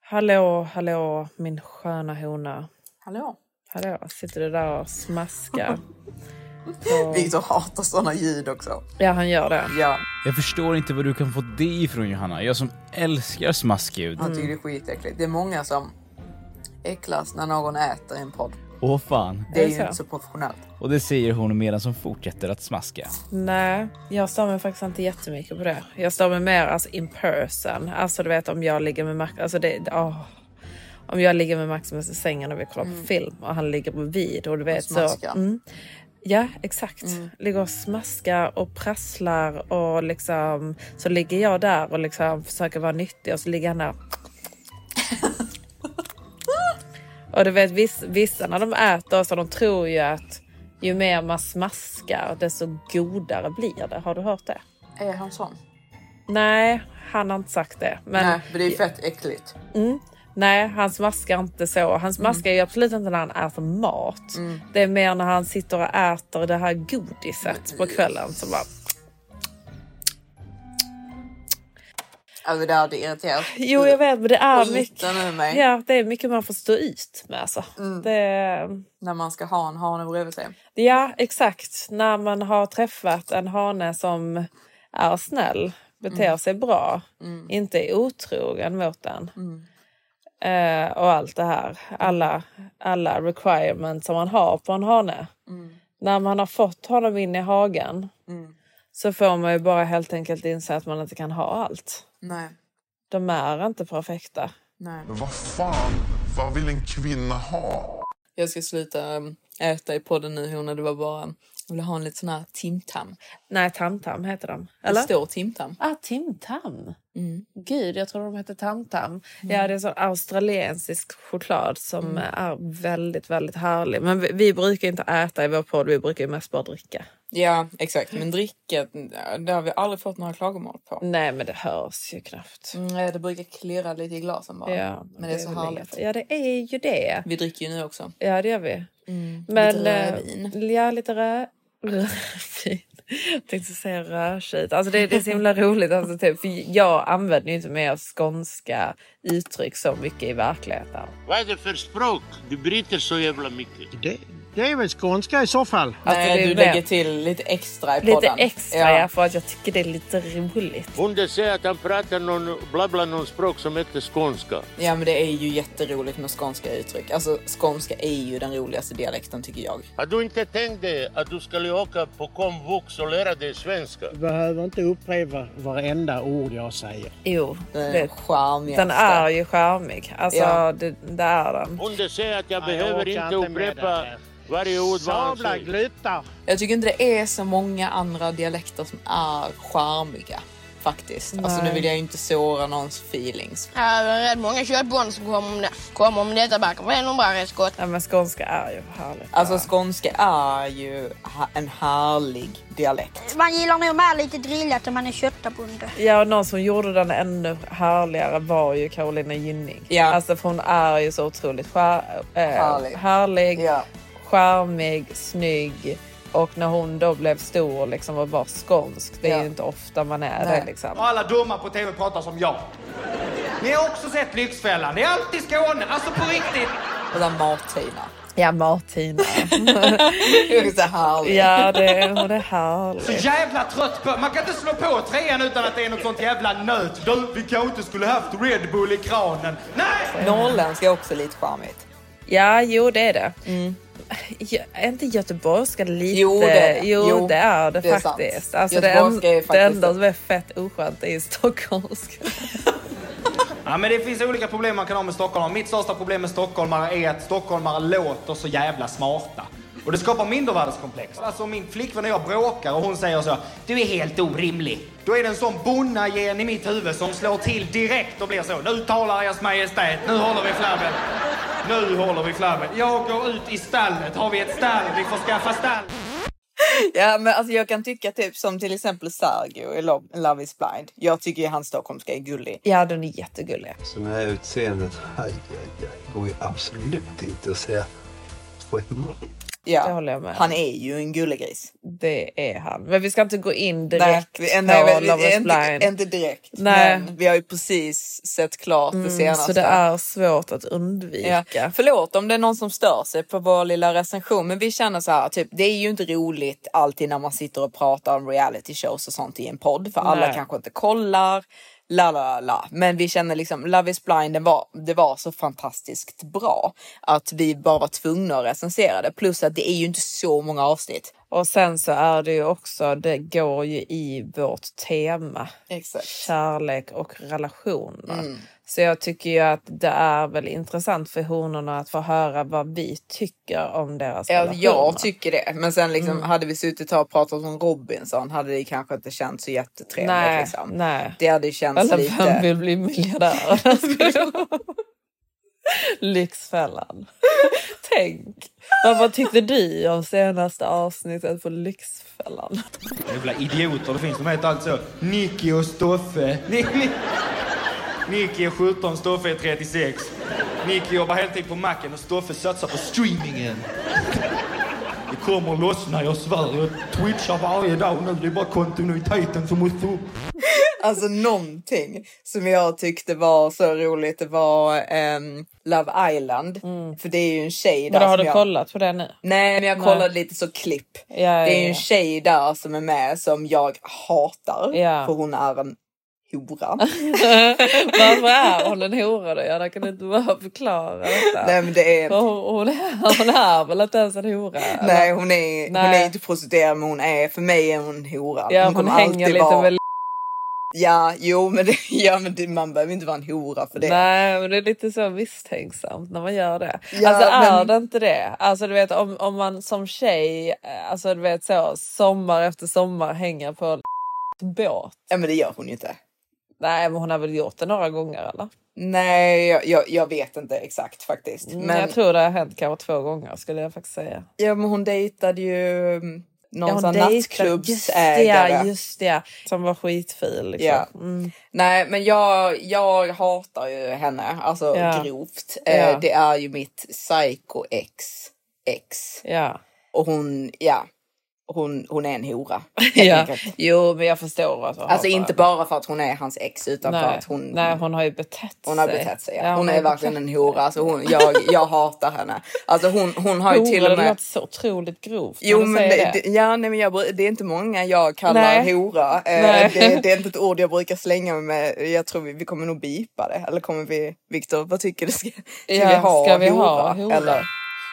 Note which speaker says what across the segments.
Speaker 1: Hallå, hallå min sköna hona.
Speaker 2: Hallå.
Speaker 1: Hallå, sitter du där och smaskar?
Speaker 2: Viktor hatar såna ljud också.
Speaker 1: Ja, han gör det.
Speaker 2: Ja,
Speaker 3: Jag förstår inte var du kan få det ifrån Johanna. Jag som älskar smaskljud.
Speaker 2: han tycker det är skitäckligt. Det är många som äcklas när någon äter i en podd.
Speaker 3: Åh fan.
Speaker 2: Det är
Speaker 1: det
Speaker 2: ju
Speaker 1: så?
Speaker 2: inte så professionellt.
Speaker 3: Och det säger hon medan som fortsätter att smaska.
Speaker 1: Nej, jag stör mig faktiskt inte jättemycket på det. Jag stör mig mer alltså, in person. Alltså du vet om jag ligger med Max, alltså det, åh. Om jag ligger med Maximus i sängen och vi kollar på film och han ligger bredvid och du vet så.
Speaker 2: smaskar.
Speaker 1: Mm, ja, exakt.
Speaker 2: Mm.
Speaker 1: Ligger och smaskar och prasslar och liksom så ligger jag där och liksom försöker vara nyttig och så ligger han där. och du vet viss, vissa när de äter så de tror ju att ju mer man smaskar desto godare blir det. Har du hört det?
Speaker 2: Är han sån?
Speaker 1: Nej, han har inte sagt det. Men
Speaker 2: Nej,
Speaker 1: nej,
Speaker 2: för det är ju fett äckligt.
Speaker 1: han smaskar inte så.
Speaker 2: Mm.
Speaker 1: Han smaskar ju absolut inte när han äter mat. Det är mer när han sitter och äter det här godiset på kvällen. Som bara,
Speaker 2: Alltså det hade irriterat.
Speaker 1: jo, jag vet, men det är
Speaker 2: Skiten
Speaker 1: mycket.
Speaker 2: ur mig.
Speaker 1: Ja, det är mycket man får stå ut med. Alltså. Det,
Speaker 2: När man ska ha en hane bredvid sig.
Speaker 1: ja, exakt. När man har träffat en hane som är snäll, beter sig bra, inte är otrogen mot den. Eh, och allt det här. Alla, alla requirements som man har på en hane. När man har fått honom in i hagen så får man ju bara helt enkelt inse att man inte kan ha allt.
Speaker 2: Nej,
Speaker 1: De är inte perfekta.
Speaker 2: nej.
Speaker 4: Vad fan, vad vill en kvinna ha?
Speaker 2: Jag ska sluta um, äta i podden nu hon det var bara um, jag ville ha en liten sån här timtam.
Speaker 1: Nej, Tamtam heter de.
Speaker 2: En
Speaker 1: Eller? Mm.
Speaker 2: stor timtam.
Speaker 1: Ah, Timtam. Gud, jag tror de hette Tamtam. Ja, det är sån australiensisk choklad som är väldigt, väldigt härlig. Men vi, vi brukar inte äta i vår podd, vi brukar ju mest bara dricka.
Speaker 2: Ja exakt men dricka det har vi aldrig fått några klagomål på.
Speaker 1: Nej, men det hörs ju knappt.
Speaker 2: Mm, det brukar klirra lite i glasen bara.
Speaker 1: Ja,
Speaker 2: men det är så
Speaker 1: väl
Speaker 2: härligt.
Speaker 1: inget- Ja, det är ju det.
Speaker 2: Vi dricker ju nu också.
Speaker 1: Ja, det gör vi. men,
Speaker 2: Mm, lite rödvin.
Speaker 1: eh, Ja, lite rö... rödvin. Jag tänkte säga rödtjut. Alltså det, det är så himla roligt. Alltså, typ, för jag använder ju inte mer av skånska uttryck så mycket i verkligheten.
Speaker 5: Vad är det för språk? Du bryter så jävla mycket.
Speaker 6: Det, det är väl skånska i så fall.
Speaker 1: Alltså, det
Speaker 2: Nej,
Speaker 1: är
Speaker 2: du
Speaker 1: mer-
Speaker 2: lägger till lite extra i
Speaker 1: Lite
Speaker 2: podden.
Speaker 1: extra ja. för att jag tycker det är lite roligt.
Speaker 5: Bonde säger att han pratar någon blabla någon språk som heter skånska.
Speaker 2: Ja men det är ju jätteroligt med skånska uttryck. Alltså skånska är ju den roligaste dialekten tycker jag.
Speaker 5: Har du inte tänkt dig att du skulle åka på komvux och lära dig svenska?
Speaker 6: Du behöver inte upprepa varenda ord jag säger.
Speaker 1: Jo,
Speaker 2: Den
Speaker 1: det,
Speaker 2: charmigaste.
Speaker 1: den är ju charmig. Alltså,
Speaker 2: Ja.
Speaker 1: det, det är den.
Speaker 5: Bonde säger att jag
Speaker 6: Nej, jag
Speaker 5: behöver
Speaker 6: orkar
Speaker 5: inte
Speaker 6: inte med
Speaker 5: upprepa
Speaker 6: det.
Speaker 5: varje ord vad han
Speaker 6: Sabla
Speaker 5: säger.
Speaker 6: glutar.
Speaker 2: Jag tycker inte det är så många andra dialekter som är charmiga. Faktiskt. Alltså nu vill jag ju inte såra någons feelings.
Speaker 1: Ja, men skånska är ju härligt.
Speaker 2: Alltså skånska är ju ha- en härlig dialekt.
Speaker 7: Man gillar nog mer lite drillat om man är köttabonde.
Speaker 1: Ja, och någon som gjorde den ännu härligare var ju Carolina Gynning.
Speaker 2: Ja.
Speaker 1: Alltså för hon är ju så otroligt skär, äh, härlig,
Speaker 2: Härlig. Ja.
Speaker 1: charmig, snygg. Och när hon då blev stor och liksom var bara skånsk, det är
Speaker 2: Ja.
Speaker 1: ju inte ofta man är
Speaker 2: Nej.
Speaker 1: det liksom.
Speaker 6: Alla dumma på TV pratar som jag. Ni har också sett Lyxfällan. Det är alltid Skåne. Alltså på riktigt.
Speaker 2: Och den Martina.
Speaker 1: Ja, Martina.
Speaker 2: Det är så härligt.
Speaker 1: ja, det, hon är härlig.
Speaker 8: Så jävla trött på... Man kan inte slå på trean utan att det är något sånt jävla nöt. Du, vi kanske inte skulle haft Red Bull i kranen. Nej!
Speaker 2: Norrländska är också lite charmigt.
Speaker 1: Ja, jo det är det. Gö- Är inte göteborgska lite...
Speaker 2: Mm. Jo, det är det.
Speaker 1: Jo,
Speaker 2: Jo,
Speaker 1: det är det
Speaker 2: det är sant.
Speaker 1: faktiskt. Alltså, det, en,
Speaker 2: Göteborgska är
Speaker 1: det
Speaker 2: faktiskt
Speaker 1: enda
Speaker 2: det.
Speaker 1: som är fett oskönt är stockholmska.
Speaker 8: Ja, men det finns olika problem man kan ha med stockholmare. Mitt största problem med stockholmare är att stockholmare låter så jävla smarta. Och det skapar mindervärdeskomplex. Alltså om min flickvän och jag bråkar och hon säger så Du är helt orimlig. Då är det en sån bonnagen i mitt huvud som slår till direkt och blir så Nu talar ers majestät, nu håller vi flabben. Nu håller vi flabben. Jag går ut i stallet. Har vi ett stall? Vi får skaffa stall.
Speaker 2: Ja, men alltså jag kan tycka typ som till exempel Sergio i Lo- Love is blind. Jag tycker ju hans stockholmska är gullig.
Speaker 1: Ja, den är jättegullig.
Speaker 9: Så med det här utseendet, aj, aj, aj, går ju absolut inte att säga på en gång.
Speaker 2: Ja.
Speaker 1: Det håller jag med om.
Speaker 2: Han är ju en gullig gris.
Speaker 1: Det är han. Men vi ska inte gå in
Speaker 2: Nej,
Speaker 1: direkt
Speaker 2: vi-
Speaker 1: på
Speaker 2: nej, vi-
Speaker 1: Love is
Speaker 2: inte,
Speaker 1: blind.
Speaker 2: inte direkt.
Speaker 1: Nej.
Speaker 2: Men vi har ju precis sett klart det
Speaker 1: Mm,
Speaker 2: senaste.
Speaker 1: så det är svårt att undvika.
Speaker 2: Ja. Förlåt om det är någon som stör sig på vår lilla recension men vi känner så här, typ, det är ju inte roligt alltid när man sitter och pratar om reality shows och sånt i en podd för alla
Speaker 1: Nej.
Speaker 2: kanske inte kollar. La, la, la, la. Men vi känner liksom Love is blind, det var, det var så fantastiskt bra att vi bara var tvungna att recensera det. Plus att det är ju inte så många avsnitt.
Speaker 1: Och sen så är det ju också, det går ju i vårt tema.
Speaker 2: Exakt.
Speaker 1: Kärlek och relationer.
Speaker 2: Mm.
Speaker 1: Så jag tycker ju att det är väl intressant för honorna att få höra vad vi tycker om deras
Speaker 2: Ja,
Speaker 1: relationer.
Speaker 2: jag tycker det. Men sen liksom,
Speaker 1: Mm.
Speaker 2: hade vi suttit här och pratat om Robinson hade det kanske inte känts så jättetrevligt.
Speaker 1: Nej,
Speaker 2: liksom.
Speaker 1: nej.
Speaker 2: Det hade känts
Speaker 1: Eller
Speaker 2: lite...
Speaker 1: vem vill bli miljardär? Lyxfällan. Tänk. Vad, vad tyckte du om senaste avsnittet på Lyxfällan?
Speaker 8: Jävla idioter det finns. De heter alltid så. Nicky och Stoffe. Ni- ni- Nicky är 17, Stoffe är 36. Nicky jobbar heltid på macken och Stoffe satsar på streamingen. Det kommer att lossna, jag svär. Jag twitchar varje dag nu. Det är bara kontinuiteten som måste upp.
Speaker 2: Alltså någonting som jag tyckte var så roligt det var ehm, Love Island. För det är ju en tjej där
Speaker 1: Vadå, Mm. har
Speaker 2: som
Speaker 1: du
Speaker 2: jag...
Speaker 1: kollat på det nu?
Speaker 2: Nej, men jag
Speaker 1: Nej.
Speaker 2: kollade lite så klipp.
Speaker 1: Ja, ja,
Speaker 2: det är ju
Speaker 1: ja.
Speaker 2: en tjej där som är med som jag hatar.
Speaker 1: Ja.
Speaker 2: För hon är en hora.
Speaker 1: Varför är hon en hora då? Jag kan inte bara förklara detta.
Speaker 2: Nej, men det är...
Speaker 1: För Hon, hon, är, hon är väl inte ens en hora? eller?
Speaker 2: Nej, hon är, Hon
Speaker 1: Nej.
Speaker 2: är inte prostituerad men hon är, för mig är hon en hora.
Speaker 1: ja, hon
Speaker 2: kommer
Speaker 1: hänger
Speaker 2: alltid
Speaker 1: lite
Speaker 2: vara-
Speaker 1: med...
Speaker 2: Ja, jo men, det, ja, men det, man behöver inte vara en hora för det.
Speaker 1: Nej, men det är lite så misstänksamt när man gör det.
Speaker 2: Ja,
Speaker 1: alltså är
Speaker 2: men-
Speaker 1: det inte det? Alltså du vet om, om man som tjej, eh, alltså du vet så sommar efter sommar hänger på en båt.
Speaker 2: Ja, men det gör hon ju inte.
Speaker 1: Nej, men hon har väl gjort det några gånger eller?
Speaker 2: Nej, jag, jag, jag vet inte exakt faktiskt.
Speaker 1: Men...
Speaker 2: Men,
Speaker 1: Mm, jag tror det har hänt kanske två gånger skulle jag faktiskt säga.
Speaker 2: ja, men hon dejtade ju mm, någon
Speaker 1: hon
Speaker 2: sån
Speaker 1: dejtar-
Speaker 2: nattklubbsägare.
Speaker 1: Just det, just det. Som var skitfin liksom.
Speaker 2: Ja.
Speaker 1: Mm.
Speaker 2: Nej, men jag, jag hatar ju henne, alltså
Speaker 1: Ja.
Speaker 2: grovt. Eh,
Speaker 1: Ja.
Speaker 2: Det är ju mitt psycho-ex. Ex.
Speaker 1: Ja.
Speaker 2: Och hon, ja. Hon, hon är en hora. helt
Speaker 1: ja.
Speaker 2: enkelt.
Speaker 1: Jo, men jag förstår. Att
Speaker 2: Alltså inte bara för att hon är hans ex utan
Speaker 1: nej.
Speaker 2: för att hon,
Speaker 1: Nej, hon har ju betett
Speaker 2: Hon har
Speaker 1: sig.
Speaker 2: betett sig.
Speaker 1: Ja,
Speaker 2: Ja, hon är
Speaker 1: har
Speaker 2: verkligen
Speaker 1: betett-
Speaker 2: en hora. Alltså hon, jag, jag hatar henne. Alltså hon, hon har ju
Speaker 1: Hora,
Speaker 2: till och
Speaker 1: Det
Speaker 2: med...
Speaker 1: låter så otroligt grovt. när
Speaker 2: Jo,
Speaker 1: du
Speaker 2: men
Speaker 1: säger
Speaker 2: det, det, ja, nej, men jag, bru- det är inte många jag kallar
Speaker 1: Nej.
Speaker 2: hora.
Speaker 1: Nej.
Speaker 2: Eh, det, det är inte ett ord jag brukar slänga mig med. Jag tror vi, vi kommer nog bipa det. Eller kommer vi... Viktor, vad tycker du? Ska, ska
Speaker 1: Ja,
Speaker 2: vi ha
Speaker 1: ska vi
Speaker 2: hora?
Speaker 1: ha hora?
Speaker 2: Eller?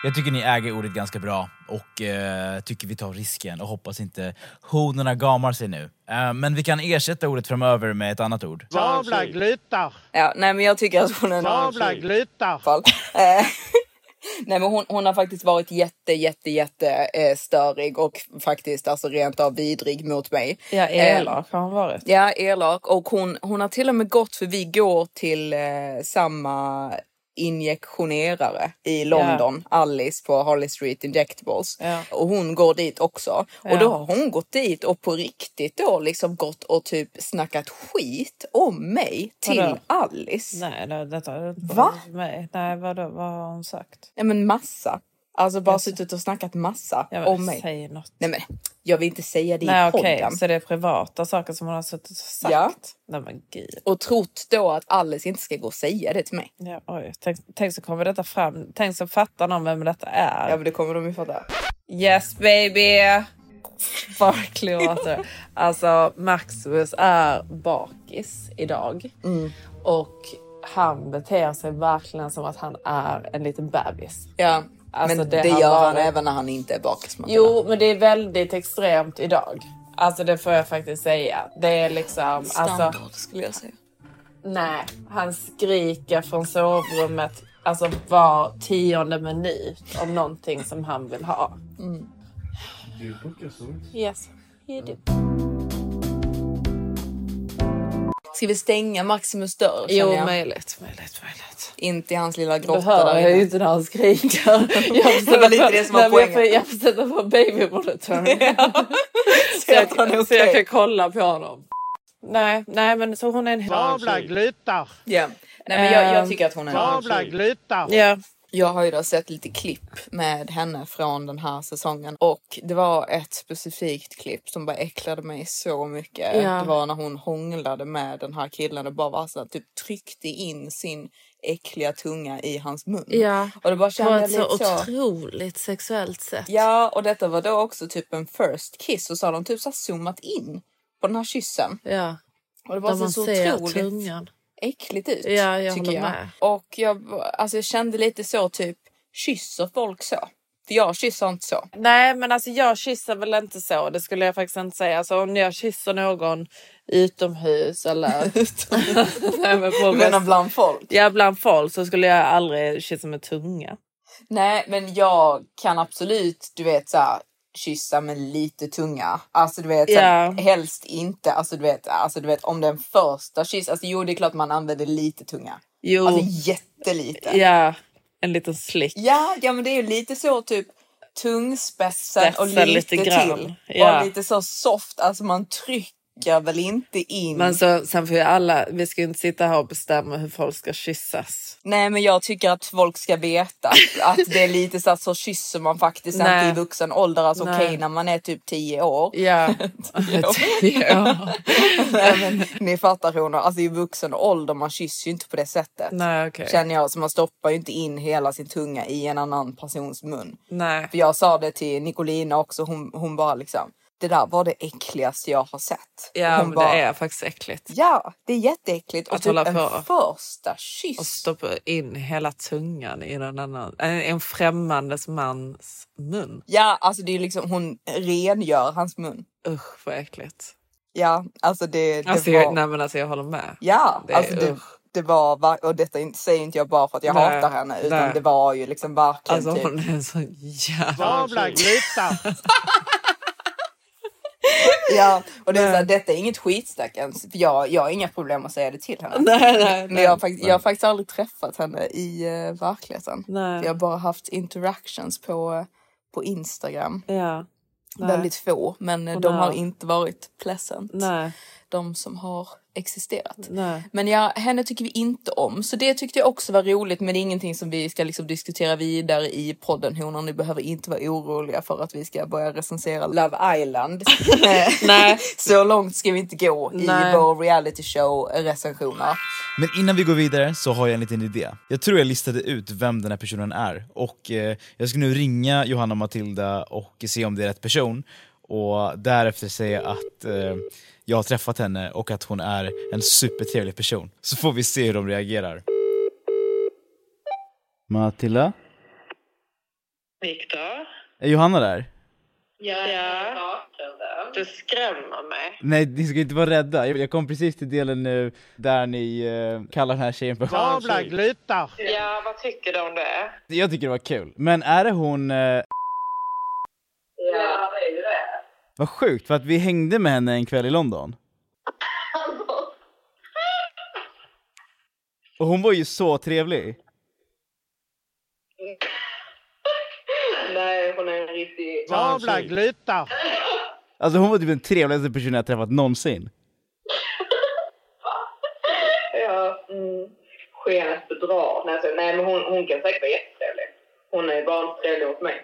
Speaker 3: Jag tycker ni äger ordet ganska bra och eh, tycker vi tar risken och hoppas inte honorna gamar sig nu. Eh, men vi kan ersätta ordet framöver med ett annat ord.
Speaker 6: Sabla gluttar!
Speaker 2: Ja, nej, men jag tycker att hon är en
Speaker 6: Sabla gluttar!
Speaker 2: fall. Eh, Nej men hon, hon har faktiskt varit jätte jätte jätte eh, störig och faktiskt alltså rent av vidrig mot mig.
Speaker 1: Ja,
Speaker 2: Eh,
Speaker 1: elak har hon varit.
Speaker 2: Ja, elak. Och hon, hon har till och med gått för vi går till eh, samma injektionerare i London, Alice på Harley Street Injectables.
Speaker 1: Ja.
Speaker 2: Och hon går dit också.
Speaker 1: Ja.
Speaker 2: Och då har hon gått dit och på riktigt då liksom gått och typ snackat skit om mig till
Speaker 1: Vadå?
Speaker 2: Alice. Nej.
Speaker 1: Nej, det, detta är inte
Speaker 2: Va?
Speaker 1: Mig. Nej, vadå, vad har hon sagt?
Speaker 2: men massa. Alltså bara suttit och snackat massa
Speaker 1: Ja, men
Speaker 2: om mig.
Speaker 1: Säg något.
Speaker 2: Nej men Jag vill inte säga det
Speaker 1: Nej,
Speaker 2: i
Speaker 1: okej.
Speaker 2: podden.
Speaker 1: Så det är privata saker som hon har suttit och sagt?
Speaker 2: Ja.
Speaker 1: Nej, men gud.
Speaker 2: Och trott då att Alice inte ska gå och säga det till mig.
Speaker 1: Ja, oj. Tänk, tänk så kommer detta fram. Tänk så fattar någon vem detta är.
Speaker 2: Ja, men det kommer de ju fatta.
Speaker 1: Yes baby! Sparkly water. Alltså Maximus är bakis idag. Och han beter sig verkligen som att han är en liten bebis.
Speaker 2: Ja,
Speaker 1: Alltså,
Speaker 2: men
Speaker 1: det
Speaker 2: det,
Speaker 1: har
Speaker 2: gör han
Speaker 1: varit-
Speaker 2: även när han inte är bakis. Matilda.
Speaker 1: Jo, men det är väldigt extremt idag. Alltså det får jag faktiskt säga. Det är liksom...
Speaker 2: Standard
Speaker 1: Alltså,
Speaker 2: skulle jag säga.
Speaker 1: nej, han skriker från sovrummet alltså var tionde minut om någonting som han vill ha.
Speaker 6: Du brukar så.
Speaker 1: Mm. Yes, he did.
Speaker 2: Ska vi stänga Maximus dörr? känner
Speaker 1: Jo,
Speaker 2: jag?
Speaker 1: möjligt, möjligt, möjligt.
Speaker 2: In till hans lilla
Speaker 1: Då
Speaker 2: grotta.
Speaker 1: hör
Speaker 2: där
Speaker 1: jag ju
Speaker 2: inne.
Speaker 1: inte när han skriker.
Speaker 2: Det var lite det som var
Speaker 1: Nej, men jag
Speaker 2: poängen.
Speaker 1: får- Jag sätter på babymonitoring. så, jag,
Speaker 2: att han är
Speaker 1: så jag
Speaker 2: okej.
Speaker 1: kan kolla på honom. Nej, nej men så hon är en
Speaker 6: Sabla glutar!
Speaker 2: Ja. Nej, men jag, jag
Speaker 1: Ehm,
Speaker 2: tycker att hon är
Speaker 6: Sabla glutar!
Speaker 1: Ja.
Speaker 2: Jag har ju då sett lite klipp med henne från den här säsongen och det var ett specifikt klipp som bara äcklade mig så mycket.
Speaker 1: Ja.
Speaker 2: Det var när hon hånglade med den här killen och bara var så här, typ tryckte in sin äckliga tunga i hans mun.
Speaker 1: Ja.
Speaker 2: Och det bara kände jag lite så.
Speaker 1: otroligt sexuellt sätt.
Speaker 2: Ja, och detta var då också typ en first kiss och så har de typ så här zoomat in på den här kyssen.
Speaker 1: Ja.
Speaker 2: Och det var så, så otroligt äckligt ut.
Speaker 1: Ja, jag
Speaker 2: tycker
Speaker 1: håller
Speaker 2: jag.
Speaker 1: med.
Speaker 2: Och jag, alltså, jag kände lite så typ, kysser folk så? För jag kysser inte så.
Speaker 1: Nej, men alltså jag kysser väl inte så. Det skulle jag faktiskt inte säga. Alltså, om jag kysser någon utomhus eller... Nej, men på
Speaker 2: Men
Speaker 1: rest-
Speaker 2: bland folk?
Speaker 1: Ja, bland folk så skulle jag aldrig kyssa med tunga.
Speaker 2: Nej, men jag kan absolut, du vet så här, kyssa med lite tunga. Alltså du vet, så,
Speaker 1: Ja.
Speaker 2: helst inte. Alltså du, vet, alltså du vet, om den första kyss, alltså jo det är klart man använder lite tunga.
Speaker 1: Jo.
Speaker 2: Alltså jättelite.
Speaker 1: Ja, en liten slick.
Speaker 2: Ja, ja, men det är ju lite så typ tungspetsen och lite,
Speaker 1: Spetsen lite grann,
Speaker 2: till.
Speaker 1: ja.
Speaker 2: Och lite så soft, alltså man trycker väl inte in.
Speaker 1: Men så, sen får ju alla, vi ska ju inte sitta här och bestämma hur folk ska kyssas.
Speaker 2: Nej, men jag tycker att folk ska veta att det är lite så att så kysser man faktiskt
Speaker 1: Nej.
Speaker 2: inte i vuxen ålder. Alltså
Speaker 1: Nej.
Speaker 2: okej när man är typ 10 år.
Speaker 1: Ja. ja.
Speaker 2: Nej, men, ni fattar hon, alltså i vuxen ålder man kysser ju inte på det sättet.
Speaker 1: Nej, okej.
Speaker 2: Känner jag, så man stoppar ju inte in hela sin tunga i en annan persons mun.
Speaker 1: Nej.
Speaker 2: För jag sa det till Nicolina också, hon, hon bara liksom det där var det äckligaste jag har sett.
Speaker 1: Ja,
Speaker 2: hon
Speaker 1: men
Speaker 2: bara,
Speaker 1: det är faktiskt äckligt.
Speaker 2: Ja, det är jätteäckligt. Och
Speaker 1: Att
Speaker 2: typ
Speaker 1: hålla
Speaker 2: en
Speaker 1: på.
Speaker 2: första kyss.
Speaker 1: Och stoppa in hela tungan i en, annan, en, en främmandes mans mun.
Speaker 2: Ja, alltså det är liksom hon rengör hans mun.
Speaker 1: Usch vad äckligt.
Speaker 2: Ja, alltså det, det
Speaker 1: Alltså,
Speaker 2: var...
Speaker 1: jag, nej, men alltså, jag håller med.
Speaker 2: ja,
Speaker 1: det är-
Speaker 2: alltså det,
Speaker 1: usch.
Speaker 2: det var... ver- Och detta inte- säger inte jag bara för att jag
Speaker 1: Nej,
Speaker 2: hatar henne utan
Speaker 1: nej.
Speaker 2: det var ju liksom verkligen
Speaker 1: Alltså
Speaker 2: typ...
Speaker 1: hon är en sån
Speaker 6: Sabla
Speaker 1: jävla...
Speaker 6: glutar!
Speaker 2: Ja, och det är så här, detta är inget skitsnack ens. För jag, jag har inga problem att säga det till henne.
Speaker 1: Nej, nej,
Speaker 2: Men jag har, faktiskt, jag har faktiskt aldrig träffat henne i eh, verkligheten.
Speaker 1: Nej.
Speaker 2: För Jag har bara haft interactions på, eh, på Instagram.
Speaker 1: Ja. Nej.
Speaker 2: Väldigt få, men eh,
Speaker 1: Och
Speaker 2: de
Speaker 1: nej.
Speaker 2: har inte varit pleasant.
Speaker 1: Nej.
Speaker 2: De som har existerat.
Speaker 1: Nej.
Speaker 2: Men ja, henne tycker vi inte om. Så det tyckte jag också var roligt. Men det är ingenting som vi ska liksom diskutera vidare i podden. Honor, ni behöver inte vara oroliga för att vi ska börja recensera Love Island.
Speaker 1: Nej.
Speaker 2: Så långt ska vi inte gå i
Speaker 1: Nej.
Speaker 2: vår reality show recensioner.
Speaker 3: Men innan vi går vidare så har jag en liten idé. Jag tror jag listade ut vem den här personen är och eh, jag ska nu ringa Johanna och Matilda och se om det är rätt person och därefter säga att eh, jag har träffat henne och att hon är en supertrevlig person. Så får vi se hur de reagerar. Matilda?
Speaker 1: Viktor?
Speaker 3: Är Johanna där?
Speaker 1: Ja. Du skrämmer mig.
Speaker 3: Nej, ni ska inte vara rädda. Jag kom precis till delen nu där ni eh, kallar den här tjejen för
Speaker 6: Sabla glutar!
Speaker 1: Ja, vad tycker du om det?
Speaker 3: Jag tycker det var kul. Men är det hon... Eh,
Speaker 1: Ja, det är ju det.
Speaker 3: Vad sjukt, för att vi hängde med henne en kväll i London. Och hon var ju så trevlig.
Speaker 1: Nej, hon är en riktig...
Speaker 6: Sabla glutar!
Speaker 3: Alltså hon var typ den trevligaste personen jag träffat någonsin.
Speaker 1: Ja, mm. Skenet bedrar. Nej, alltså, nej men hon, hon kan säkert vara jättetrevlig. Hon är bara inte trevlig mot mig.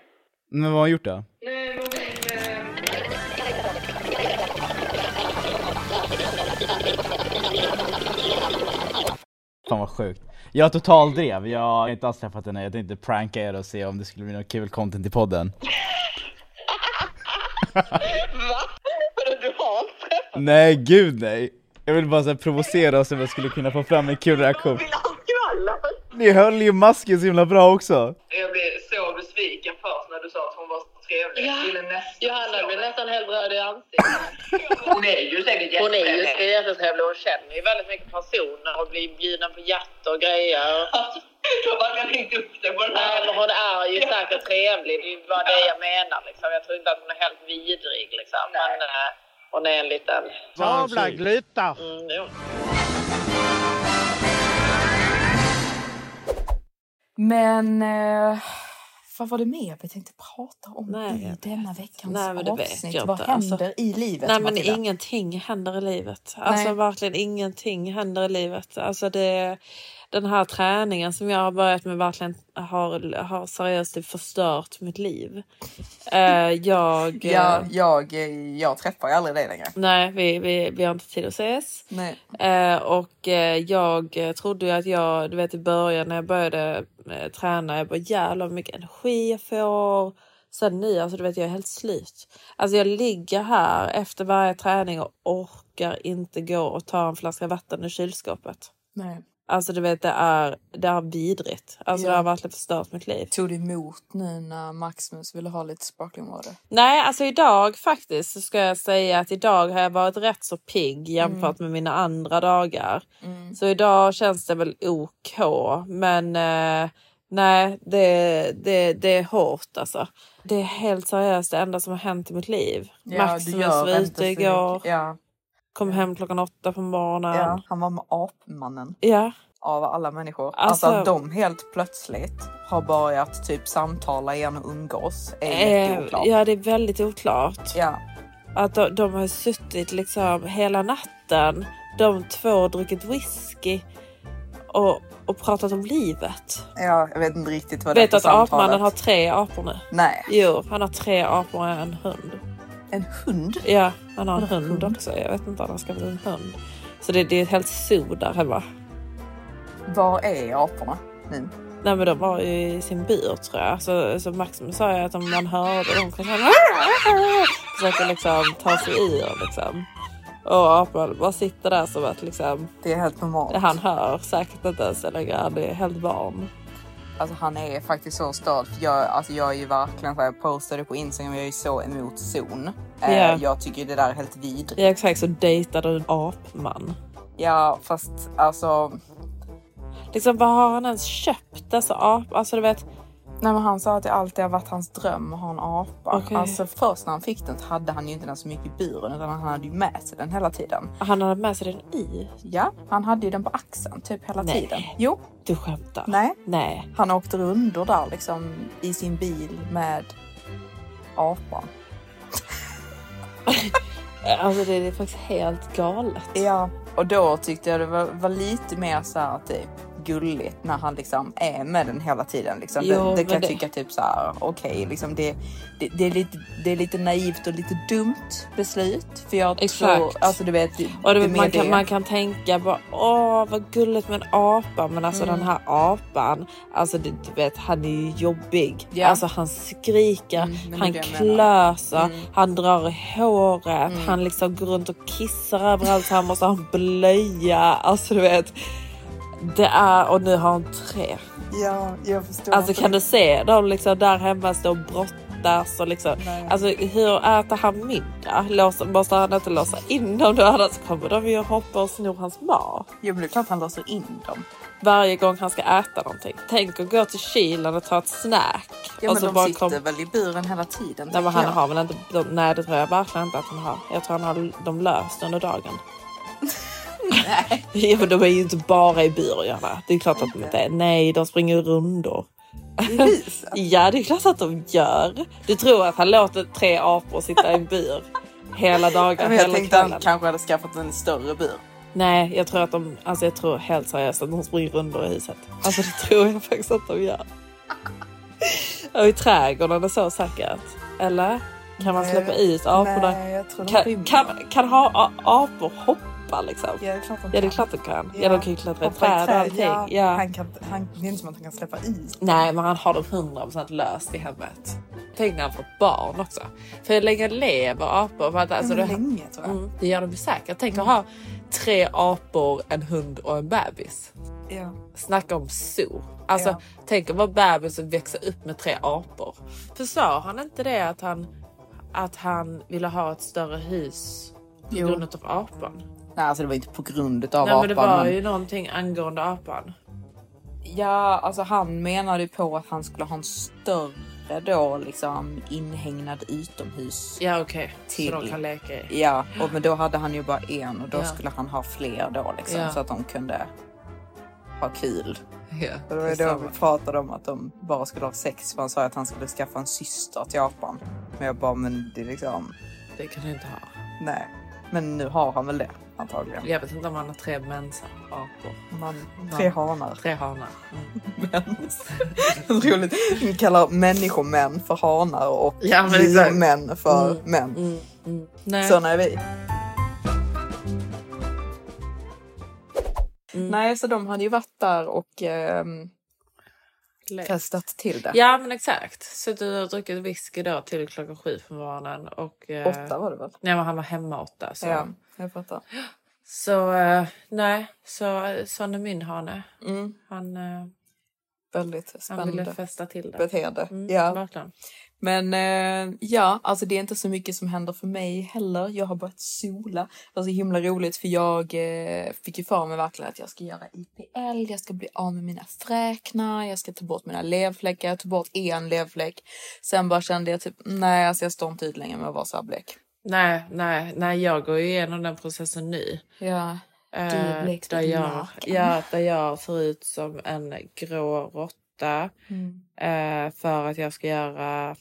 Speaker 3: Men vad har hon gjort då?
Speaker 1: Nej, men hon... Eh...
Speaker 3: Fan vad sjukt. Jag totaldrev, jag har inte alls träffat henne. Jag tänkte pranka er och se om det skulle bli något kul content i podden.
Speaker 10: Va? Vadå, du har inte träffat
Speaker 3: Nej, gud nej. Jag ville bara så här provocera och se om jag skulle kunna få fram en kul reaktion.
Speaker 10: skrallar?
Speaker 3: Ni höll ju masken så himla bra också.
Speaker 10: Jag blev så besviken först när du sa att hon var så trevlig. Ja. Ville nästan Johanna blev nästan helt röd i ansiktet. hon är ju säkert
Speaker 11: Hon är ju
Speaker 10: jättetrevlig. Hon känner ju väldigt mycket personer och blir bjuden på hjärtat och grejer. Då hade jag hängt upp det på den här. Nej, men hon är ju säkert trevlig. Det är ju bara det jag menar. Liksom. Jag tror inte att hon är helt vidrig. Liksom. Men eh, hon är en liten...
Speaker 6: Sabla glutar.
Speaker 10: Mm, det är hon.
Speaker 2: Men eh, vad var det mer vi tänkte prata om
Speaker 1: Nej, jag
Speaker 2: i
Speaker 1: vet.
Speaker 2: denna veckans
Speaker 1: Nej, men det vet
Speaker 2: avsnitt?
Speaker 1: jag
Speaker 2: vad
Speaker 1: inte.
Speaker 2: händer
Speaker 1: Alltså,
Speaker 2: i livet
Speaker 1: Nej, men
Speaker 2: Matilda?
Speaker 1: ingenting händer i livet. Alltså
Speaker 2: Nej.
Speaker 1: verkligen ingenting händer i livet. Alltså det, den här träningen som jag har börjat med verkligen har, har seriöst typ förstört mitt liv. Eh, jag... eh,
Speaker 2: Ja, jag, jag träffar ju aldrig dig längre.
Speaker 1: Nej, vi, vi, vi har inte tid att ses.
Speaker 2: Nej.
Speaker 1: Eh, och eh, jag eh, trodde ju att jag, du vet i början när jag började eh, träna, jag bara jävlar vad mycket energi jag får. Sen nu, alltså du vet jag är helt slut. Alltså jag ligger här efter varje träning och orkar inte gå och ta en flaska vatten ur kylskåpet.
Speaker 2: Nej.
Speaker 1: Alltså du vet det är, det är vidrigt. Alltså
Speaker 2: Ja.
Speaker 1: det har verkligen förstört mitt liv.
Speaker 2: Tog du emot nu när Maximus ville ha lite sparkling water?
Speaker 1: Nej, alltså idag faktiskt så ska jag säga att idag har jag varit rätt så
Speaker 2: Mm.
Speaker 1: pigg jämfört med mina andra dagar. Så idag känns det väl OK, men eh, nej, det, det, det är hårt alltså. Det är helt seriöst det enda som har hänt i mitt liv.
Speaker 2: Ja, du
Speaker 1: Maximus
Speaker 2: gör
Speaker 1: var
Speaker 2: inte
Speaker 1: ute
Speaker 2: så
Speaker 1: igår,
Speaker 2: mycket. Ja.
Speaker 1: kom hem klockan åtta på morgonen.
Speaker 2: Ja, han var med apmannen.
Speaker 1: Ja.
Speaker 2: Av alla människor. Alltså,
Speaker 1: Alltså-
Speaker 2: att de helt plötsligt har börjat typ samtala igen och umgås. Är
Speaker 1: Eh,
Speaker 2: jätteoklart.
Speaker 1: ja, det är väldigt oklart.
Speaker 2: Ja.
Speaker 1: Att de, de har suttit liksom hela natten, de två har druckit whisky och, och pratat om livet.
Speaker 2: ja, jag vet inte riktigt vad
Speaker 1: Vet du
Speaker 2: det är
Speaker 1: att
Speaker 2: för samtalet.
Speaker 1: apmannen har tre apor nu?
Speaker 2: Nej.
Speaker 1: Jo, han har tre apor och en hund.
Speaker 2: En hund?
Speaker 1: Ja, han har en hund, också. Jag vet inte om han ska bli en hund. Så det, det är ett helt zoo där hemma.
Speaker 2: Var är aporna nu?
Speaker 1: Nej men de var ju i sin bur tror jag. Så, så Maximus sa ju att om man hörde dem kunde han försöka liksom ta sig i dem liksom. Och apan bara sitter där som att liksom.
Speaker 2: Det är helt normalt.
Speaker 1: Han hör säkert inte ens så länge. Han är helt van.
Speaker 2: Alltså han är faktiskt så störd. För jag, alltså, jag är ju verkligen så här, jag postade på Instagram, jag är ju så emot zon. Eh,
Speaker 1: Ja.
Speaker 2: Jag tycker det där är helt vidrigt.
Speaker 1: Ja exakt så dejtade du en apman.
Speaker 2: Ja, fast alltså...
Speaker 1: Liksom vad har han ens köpt? Alltså ap... Alltså du vet.
Speaker 2: Nej, men han sa att det alltid har varit hans dröm att ha en apa.
Speaker 1: Okej.
Speaker 2: Alltså först när han fick den så hade han ju inte den så mycket i buren utan han hade ju med sig den hela tiden.
Speaker 1: Han hade med sig den i?
Speaker 2: Ja, han hade ju den på axeln typ hela
Speaker 1: Nej.
Speaker 2: tiden. Jo.
Speaker 1: Du skämtar?
Speaker 2: Nej.
Speaker 1: Nej.
Speaker 2: Han åkte rundor där liksom i sin bil med apan.
Speaker 1: Alltså det är faktiskt helt galet.
Speaker 2: Ja, och då tyckte jag det var, var lite mer så här typ gulligt när han liksom är med den hela tiden. Liksom.
Speaker 1: Jo,
Speaker 2: det,
Speaker 1: men
Speaker 2: det kan jag
Speaker 1: det-
Speaker 2: tycka typ så här, okej, liksom det, det, det, är lite, det är lite naivt och lite dumt beslut. För jag tror,
Speaker 1: Exakt.
Speaker 2: alltså du vet,
Speaker 1: Och du
Speaker 2: det är
Speaker 1: vet,
Speaker 2: mer
Speaker 1: man, kan,
Speaker 2: det.
Speaker 1: man kan tänka bara åh vad gulligt med en apa men alltså
Speaker 2: Mm.
Speaker 1: den här apan, alltså du, du vet han är ju jobbig.
Speaker 2: Ja. Mm,
Speaker 1: Alltså han skriker,
Speaker 2: men det är
Speaker 1: han
Speaker 2: det jag menar.
Speaker 1: klöser,
Speaker 2: Mm.
Speaker 1: han drar i håret,
Speaker 2: Mm.
Speaker 1: han liksom går runt och kissar överallt så han måste ha en blöja. Alltså du vet. Det är, och nu har han tre.
Speaker 2: Ja, jag förstår.
Speaker 1: Alltså
Speaker 2: inte
Speaker 1: kan du
Speaker 2: riktigt.
Speaker 1: se dem liksom där hemma stå och brottas och liksom. Alltså hur äter han middag? Låsa, måste han inte låsa in dem då? Annars kommer de ju och hoppa och snor hans mat.
Speaker 2: Jo men det är klart han låser in dem.
Speaker 1: Varje gång han ska äta någonting. Tänk att gå till kylen och ta ett snack.
Speaker 2: Ja,
Speaker 1: och
Speaker 2: men
Speaker 1: så
Speaker 2: de
Speaker 1: Alltså, bara
Speaker 2: sitter
Speaker 1: kom-
Speaker 2: väl i buren hela tiden?
Speaker 1: Nej men
Speaker 2: tänker
Speaker 1: han
Speaker 2: jag.
Speaker 1: har väl inte, de, nej det tror jag verkligen inte att han har. Jag tror han har dem löst under dagen. nej. Ja, men de är ju inte bara i bur Johanna. Det är klart att de inte är. Nej de springer ju rundor. ja det är klart att de gör. Du tror att han låter tre apor sitta i en bur hela dagen,
Speaker 2: Men jag
Speaker 1: hela
Speaker 2: tänkte han
Speaker 1: kvällen?
Speaker 2: kanske hade skaffat en större bur.
Speaker 1: Nej jag tror att de, alltså jag tror helt seriöst att de springer rundor i huset. Alltså det tror jag faktiskt att de gör. Och i trädgården och så säkert. Eller? Kan man
Speaker 2: Nej,
Speaker 1: släppa
Speaker 2: jag-
Speaker 1: ut aporna?
Speaker 2: nej, jag tror de
Speaker 1: kan,
Speaker 2: rymmer.
Speaker 1: kan, kan ha a- apor hoppa? hoppa liksom.
Speaker 11: Ja, det är klart de
Speaker 1: Ja, det är
Speaker 11: kan.
Speaker 1: klart de kan. Ja, de kan ju klättra i
Speaker 11: Hoppa i
Speaker 1: träd och allting.
Speaker 11: Ja,
Speaker 1: Ja.
Speaker 11: Han kan, han, det är inte som att han kan släppa i.
Speaker 1: Nej, men han har dem 100% löst i hemmet. Tänk när han får barn också. För hur länge lever apor? För att, alltså,
Speaker 11: men
Speaker 1: det-
Speaker 11: länge, tror jag.
Speaker 1: Mm, det gör de ju säkert. Tänk att ha tre apor, en hund och en bebis.
Speaker 11: Ja.
Speaker 1: Snacka om zoo. Alltså, Tänk att vara bebis och växa upp med tre apor. För sa han inte det att han, att han ville ha ett större hus på
Speaker 2: Jo.
Speaker 1: grund av apan?
Speaker 2: Nej, alltså det var inte på grund av
Speaker 1: Nej, men det
Speaker 2: apan,
Speaker 1: var
Speaker 2: men-
Speaker 1: ju någonting angående apan.
Speaker 2: Ja, alltså han menade ju på att han skulle ha en större då liksom inhägnad utomhus.
Speaker 1: Ja, okej.
Speaker 2: Till.
Speaker 1: Så de kan leka i.
Speaker 2: Ja, och, men då hade han ju bara en och då
Speaker 1: Ja.
Speaker 2: skulle han ha fler då liksom
Speaker 1: Ja.
Speaker 2: så att de kunde ha kul.
Speaker 1: Ja,
Speaker 2: och det var ju då vi
Speaker 1: tillsammans.
Speaker 2: pratade om att de bara skulle ha sex för han sa att han skulle skaffa en syster till apan. Men jag bara, men det är liksom...
Speaker 1: Det kan du inte ha.
Speaker 2: Nej, men nu har han väl det antagligen.
Speaker 1: Jag vet inte om han har tre mensapor.
Speaker 2: Man, tre hanar.
Speaker 1: Tre hanar.
Speaker 2: Det är roligt. Vi kallar människomän för hanar och
Speaker 1: Ja, men
Speaker 2: vi
Speaker 1: exakt.
Speaker 2: män för
Speaker 1: Mm,
Speaker 2: män.
Speaker 1: Nej.
Speaker 2: Sådana är vi.
Speaker 1: Mm.
Speaker 2: Nej, så de hade ju varit där och ehm,
Speaker 1: Lekt.
Speaker 2: festat till det.
Speaker 1: Ja men exakt. Suttit och druckit whisky då till klockan sju på morgonen. Och, eh,
Speaker 2: Åtta var det väl?
Speaker 1: Nej men han var hemma åtta. Så,
Speaker 2: Ja, jag fattar.
Speaker 1: så eh, nej, så, sån är min hane.
Speaker 2: Mm.
Speaker 1: Han, eh,
Speaker 2: Väldigt
Speaker 1: han
Speaker 2: spännande.
Speaker 1: ville festa till det.
Speaker 2: beteende.
Speaker 1: Mm,
Speaker 2: ja.
Speaker 1: Verkligen.
Speaker 2: Men eh, ja, alltså det är inte så mycket som händer för mig heller. Jag har börjat sola. Det var så himla roligt för jag eh, fick ju för mig verkligen att jag ska göra IPL, jag ska bli av med mina fräknar, jag ska ta bort mina levfläckar. Jag tog bort en levfläck. Sen bara kände jag typ, nej alltså jag står inte ut längre med att vara så här blek.
Speaker 1: Nej, nej, nej, jag går ju igenom den processen nu.
Speaker 2: Ja, du
Speaker 1: Eh,
Speaker 2: är blek
Speaker 1: där
Speaker 2: som
Speaker 1: jag,
Speaker 2: naken.
Speaker 1: ja, där jag ser ut som en grå råtta
Speaker 2: Mm.
Speaker 1: eh, för att jag ska göra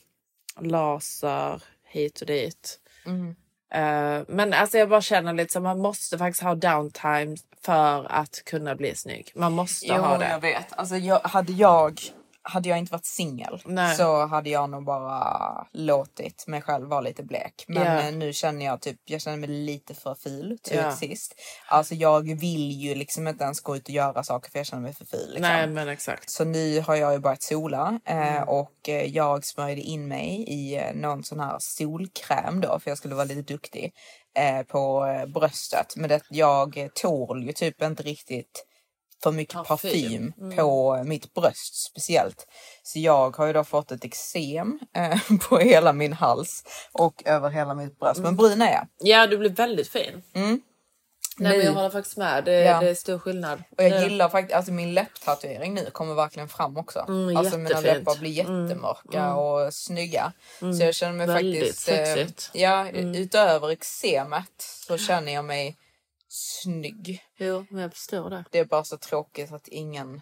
Speaker 1: laser hit och dit.
Speaker 2: Mm.
Speaker 1: Eh, men alltså jag bara känner lite så man måste faktiskt ha downtime för att kunna bli snygg. Man måste
Speaker 2: Jo,
Speaker 1: ha det.
Speaker 2: jag vet. Alltså, jag, hade, jag, hade jag inte varit singel
Speaker 1: Nej.
Speaker 2: så hade jag nog bara låtit mig själv vara lite blek. Men
Speaker 1: Ja.
Speaker 2: eh, nu känner jag typ, jag känner mig lite för ful till
Speaker 1: Ja.
Speaker 2: sist. Alltså jag vill ju liksom inte ens gå ut och göra saker för jag känner mig för ful. Liksom.
Speaker 1: Nej, men exakt.
Speaker 2: Så nu har jag ju börjat sola eh,
Speaker 1: Mm.
Speaker 2: och eh, jag smörjde in mig i eh, någon sån här solkräm då för jag skulle vara lite duktig eh, på eh, bröstet. Men det, jag eh, tål ju typ inte riktigt för mycket
Speaker 1: Parfym.
Speaker 2: parfym
Speaker 1: Mm.
Speaker 2: på eh, mitt bröst speciellt. Så jag har ju då fått ett eksem eh, på hela min hals och över hela mitt bröst.
Speaker 1: Mm.
Speaker 2: Men brun är jag.
Speaker 1: Ja, du blir väldigt fin.
Speaker 2: Mm.
Speaker 1: Nej, men
Speaker 2: Nu.
Speaker 1: jag håller faktiskt med. Det,
Speaker 2: Ja.
Speaker 1: det är stor skillnad.
Speaker 2: Och jag
Speaker 1: Det-
Speaker 2: gillar faktiskt, alltså min läpptatuering nu kommer verkligen fram också.
Speaker 1: Mm,
Speaker 2: alltså mina
Speaker 1: jättefint.
Speaker 2: läppar blir jättemörka
Speaker 1: Mm.
Speaker 2: och snygga.
Speaker 1: Mm.
Speaker 2: Så jag känner mig
Speaker 1: Väldigt
Speaker 2: faktiskt... eh,
Speaker 1: sexigt.
Speaker 2: ja,
Speaker 1: Mm.
Speaker 2: utöver eksemet så känner jag mig snygg.
Speaker 1: Jo, men jag förstår det.
Speaker 2: Det är bara så tråkigt att ingen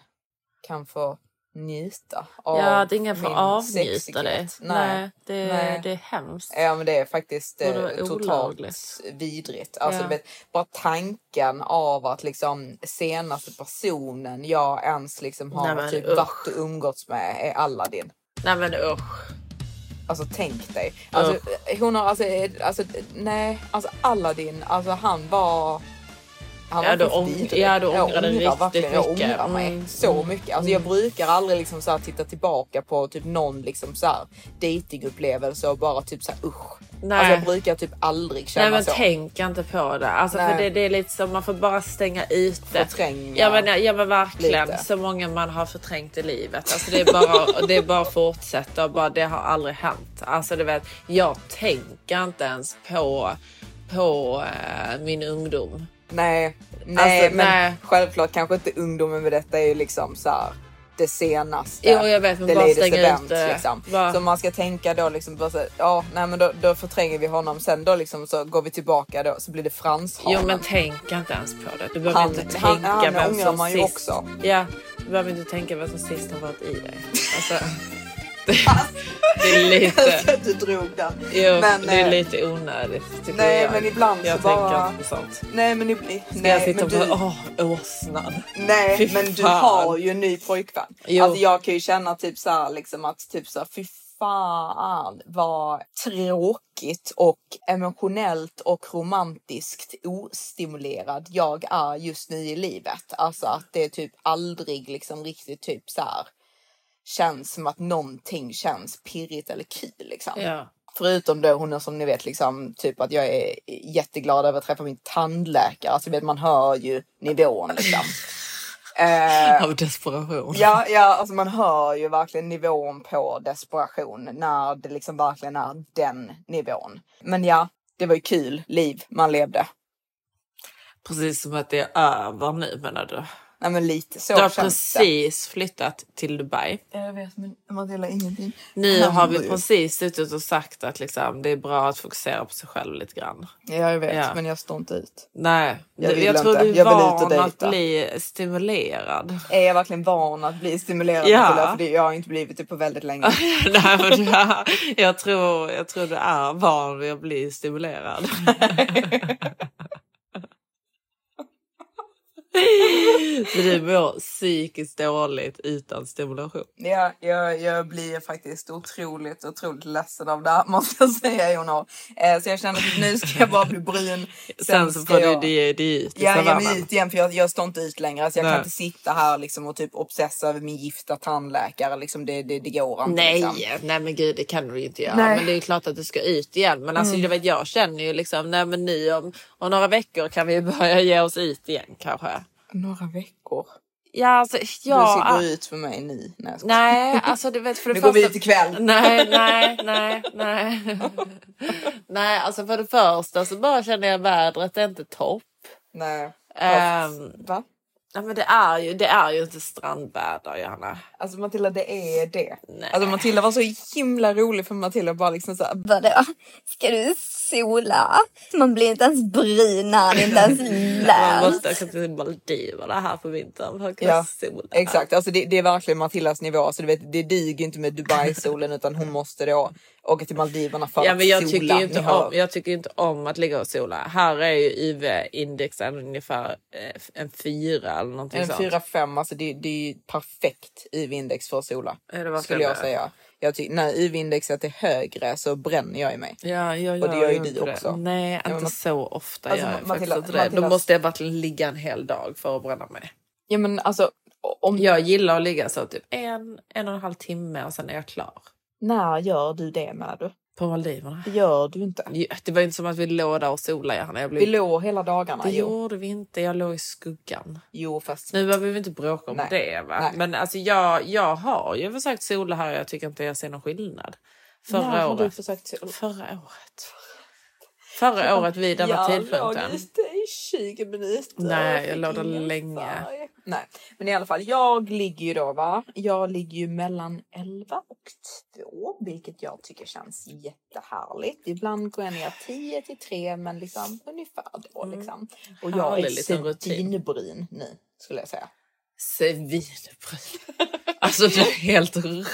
Speaker 2: kan få njuta av
Speaker 1: Ja, att ingen får
Speaker 2: min
Speaker 1: avnjuta
Speaker 2: sexighet.
Speaker 1: det.
Speaker 2: Nej.
Speaker 1: Nej, det, är-
Speaker 2: Nej.
Speaker 1: det är hemskt.
Speaker 2: Ja men det är faktiskt
Speaker 1: Och då är
Speaker 2: eh,
Speaker 1: det
Speaker 2: totalt
Speaker 1: olagligt.
Speaker 2: vidrigt. Alltså,
Speaker 1: Ja.
Speaker 2: du vet, bara tanken av att liksom senaste personen jag ens liksom har
Speaker 1: Nej, men
Speaker 2: typ
Speaker 1: usch.
Speaker 2: varit och umgåtts med är Aladdin.
Speaker 1: Nej men usch.
Speaker 2: Alltså tänk dig. Alltså, hon har alltså, eh, alltså nej, alltså Aladdin, alltså han var han
Speaker 1: Ja,
Speaker 2: var
Speaker 1: du
Speaker 2: faktiskt
Speaker 1: ång-
Speaker 2: vidrig.
Speaker 1: ja, du
Speaker 2: jag
Speaker 1: ångrade riktigt
Speaker 2: verkligen, jag
Speaker 1: mycket.
Speaker 2: ångrar mig
Speaker 1: Mm,
Speaker 2: så mycket. Alltså, Jag brukar aldrig liksom så här titta tillbaka på typ någon liksom så här datingupplevelse och bara typ så här usch.
Speaker 1: Nej.
Speaker 2: Alltså, jag brukar typ aldrig känna
Speaker 1: Nej men
Speaker 2: så.
Speaker 1: tänk inte på det. Alltså, för
Speaker 2: Nej.
Speaker 1: det, det är lite som man får bara stänga ute.
Speaker 2: Förtränga
Speaker 1: Ja men, ja, men verkligen.
Speaker 2: lite.
Speaker 1: Så många man har förträngt i livet. Alltså, det, är bara, det är bara att fortsätta och bara det har aldrig hänt. Alltså du vet, jag tänker inte ens på, på eh, min ungdom.
Speaker 2: Nej, nej
Speaker 1: Alltså,
Speaker 2: men
Speaker 1: nej.
Speaker 2: självklart kanske inte ungdomen med detta är ju liksom så här det senaste.
Speaker 1: Jo, jag vet, men
Speaker 2: the
Speaker 1: bara
Speaker 2: latest
Speaker 1: stänga
Speaker 2: event,
Speaker 1: ut det.
Speaker 2: Liksom.
Speaker 1: Bara-
Speaker 2: Så man ska tänka då liksom bara så, här, ja, nej men då, då förtränger vi honom. Sen då liksom så går vi tillbaka då så blir det franshanen.
Speaker 1: Jo men tänk inte ens på det. Du behöver
Speaker 2: Han-
Speaker 1: inte tänka
Speaker 2: han- han
Speaker 1: vem
Speaker 2: ångrar
Speaker 1: som
Speaker 2: man ju
Speaker 1: sist.
Speaker 2: också.
Speaker 1: Ja, du behöver inte tänka vem som sist har varit i dig. Alltså, det, det är lite...
Speaker 2: Att du drog den.
Speaker 1: Jo,
Speaker 2: Men,
Speaker 1: det är
Speaker 2: eh,
Speaker 1: lite onödigt tycker
Speaker 2: nej,
Speaker 1: jag.
Speaker 2: men ibland
Speaker 1: jag
Speaker 2: så
Speaker 1: tänker
Speaker 2: bara-
Speaker 1: inte på sånt.
Speaker 2: Nej men, ib- nej,
Speaker 1: Ska jag sitta
Speaker 2: men
Speaker 1: och
Speaker 2: du,
Speaker 1: bara, åh, åsnan.
Speaker 2: Nej
Speaker 1: Fy
Speaker 2: men du
Speaker 1: fan.
Speaker 2: har ju en ny pojkvän.
Speaker 1: Jo.
Speaker 2: Alltså jag kan ju känna typ så här liksom att typ så här, fy fan vad tråkigt och emotionellt och romantiskt ostimulerad jag är just nu i livet. Alltså att det är typ aldrig liksom riktigt typ så här känns som att någonting känns pirrigt eller kul liksom.
Speaker 1: Ja.
Speaker 2: Förutom då hon är som ni vet liksom typ att jag är jätteglad över att träffa min tandläkare. Alltså vet man hör ju nivån liksom. Eh,
Speaker 1: Av desperation.
Speaker 2: Ja, ja alltså man hör ju verkligen nivån på desperation när det liksom verkligen är den nivån. Men ja, det var ju kul liv man levde.
Speaker 1: Precis som att det är över nu menar du?
Speaker 2: Nej men lite så
Speaker 1: Du har
Speaker 2: känns det.
Speaker 1: precis flyttat till Dubai.
Speaker 2: Jag vet men man delar ingenting.
Speaker 1: Nu har vi
Speaker 2: Herregud.
Speaker 1: precis suttit och sagt att liksom, det är bra att fokusera på sig själv lite grann.
Speaker 2: Ja, jag vet
Speaker 1: Ja.
Speaker 2: men jag står inte ut.
Speaker 1: Nej,
Speaker 2: Jag
Speaker 1: jag,
Speaker 2: vill
Speaker 1: jag tror
Speaker 2: inte.
Speaker 1: du är
Speaker 2: Jag vill ut och
Speaker 1: van att
Speaker 2: dejta.
Speaker 1: bli stimulerad.
Speaker 2: Är jag verkligen van att bli stimulerad?
Speaker 1: Ja.
Speaker 2: Ja. För det, jag har inte blivit det på väldigt länge.
Speaker 1: Nej, men jag, jag, tror, jag tror du är van vid att bli stimulerad. Så du mår psykiskt dåligt utan stimulation.
Speaker 2: Ja, jag, jag blir faktiskt otroligt, otroligt ledsen av det här, måste jag säga Jonna. Eh, så jag känner att nu ska jag bara bli brun.
Speaker 1: Sen så
Speaker 2: ska
Speaker 1: får
Speaker 2: jag-
Speaker 1: du ge dig ut i
Speaker 2: Ja, jag
Speaker 1: savannen.
Speaker 2: är ut igen för jag, jag står inte ut längre. Alltså, jag
Speaker 1: Nej.
Speaker 2: kan inte sitta här liksom, och typ obsessa över min gifta tandläkare. Liksom, det, det, det går inte.
Speaker 1: Nej,
Speaker 2: Liksom.
Speaker 1: nej men gud det kan du ju inte göra.
Speaker 2: Nej.
Speaker 1: Men det är klart att du ska ut igen. Men alltså
Speaker 2: Mm.
Speaker 1: du vet, jag känner ju liksom, nej men nu om, om några veckor kan vi börja ge oss ut igen kanske.
Speaker 2: Några veckor.
Speaker 1: Ja, alltså
Speaker 2: Du
Speaker 1: jag...
Speaker 2: ska gå ut för mig nu. Nej, jag skojar.
Speaker 1: Nej, alltså du vet för det
Speaker 2: Nu
Speaker 1: första...
Speaker 2: går vi ut ikväll.
Speaker 1: Nej, nej, nej, nej. nej, alltså för det första så bara känner jag vädret är inte topp.
Speaker 2: Nej.
Speaker 1: Ehm,
Speaker 2: Va?
Speaker 1: Ja, men det är ju, det är ju inte strandväder, Johanna.
Speaker 2: Alltså Matilda, det är det. Alltså Matilda var så himla rolig för Matilda bara liksom så här,
Speaker 12: Vadå? Ska du sola? Man blir inte ens brun när det inte ens
Speaker 1: Man
Speaker 12: lönt.
Speaker 1: måste åka till Maldiverna här på vintern för att kunna
Speaker 2: Ja,
Speaker 1: sola.
Speaker 2: exakt. Alltså det, det är verkligen Matildas nivå. Alltså du vet, det dyger inte med Dubai-solen utan hon måste då åka till Maldiverna för
Speaker 1: Ja,
Speaker 2: att
Speaker 1: men jag
Speaker 2: sola.
Speaker 1: tycker, ju inte
Speaker 2: Ni hör.
Speaker 1: om, jag tycker ju inte om att ligga och sola. Här är ju UV-indexen ungefär eh, en fyra eller någonting
Speaker 2: En
Speaker 1: sånt.
Speaker 2: 4-5, alltså det, det är ju perfekt UV-index för att sola.
Speaker 1: Är det verkligen
Speaker 2: skulle jag
Speaker 1: det?
Speaker 2: säga. Jag ty- när UV-indexet är högre så bränner jag i mig.
Speaker 1: Ja, jag
Speaker 2: Och det gör ju du också.
Speaker 1: Nej, inte
Speaker 2: men Mat-
Speaker 1: så ofta
Speaker 2: Alltså,
Speaker 1: gör jag
Speaker 2: Matilda-
Speaker 1: faktiskt inte det. Då
Speaker 2: Matildas-
Speaker 1: måste jag verkligen ligga en hel dag för att bränna mig.
Speaker 2: Ja, men alltså, om...
Speaker 1: Jag gillar att ligga så typ en, en och en halv timme och sen är jag klar.
Speaker 2: När gör du det med du?
Speaker 1: På Maldiverna.
Speaker 2: Det gör du inte.
Speaker 1: Ja, Det var ju inte som att vi låg där och solade, Johanna. Jag blev...
Speaker 2: Mm. Vi låg hela dagarna.
Speaker 1: Det
Speaker 2: jo.
Speaker 1: gjorde vi inte. Jag låg i skuggan.
Speaker 2: Jo, fast...
Speaker 1: Nu behöver vi inte bråka om
Speaker 2: Nej.
Speaker 1: det. Va?
Speaker 2: Nej.
Speaker 1: Men alltså, jag, jag har ju försökt sola här och jag tycker inte jag ser någon skillnad. Förra
Speaker 2: När har du
Speaker 1: året.
Speaker 2: försökt sola?
Speaker 1: Förra året. Förra året vid den här
Speaker 2: Jag
Speaker 1: tidpunkten.
Speaker 2: låg ute i 20 minuter.
Speaker 1: Nej, jag
Speaker 2: fick
Speaker 1: låg där
Speaker 2: ingen
Speaker 1: länge.
Speaker 2: färg. Nej, men i alla fall. Jag ligger ju då va? Jag ligger ju mellan 11 och 2, vilket jag tycker känns jättehärligt. Ibland går jag ner 10 till 3, men liksom ungefär då liksom. Och jag är
Speaker 1: Mm. Härlig liten rutin.
Speaker 2: svinbrun nu skulle jag säga.
Speaker 1: Svinbrun. Alltså du är helt röd.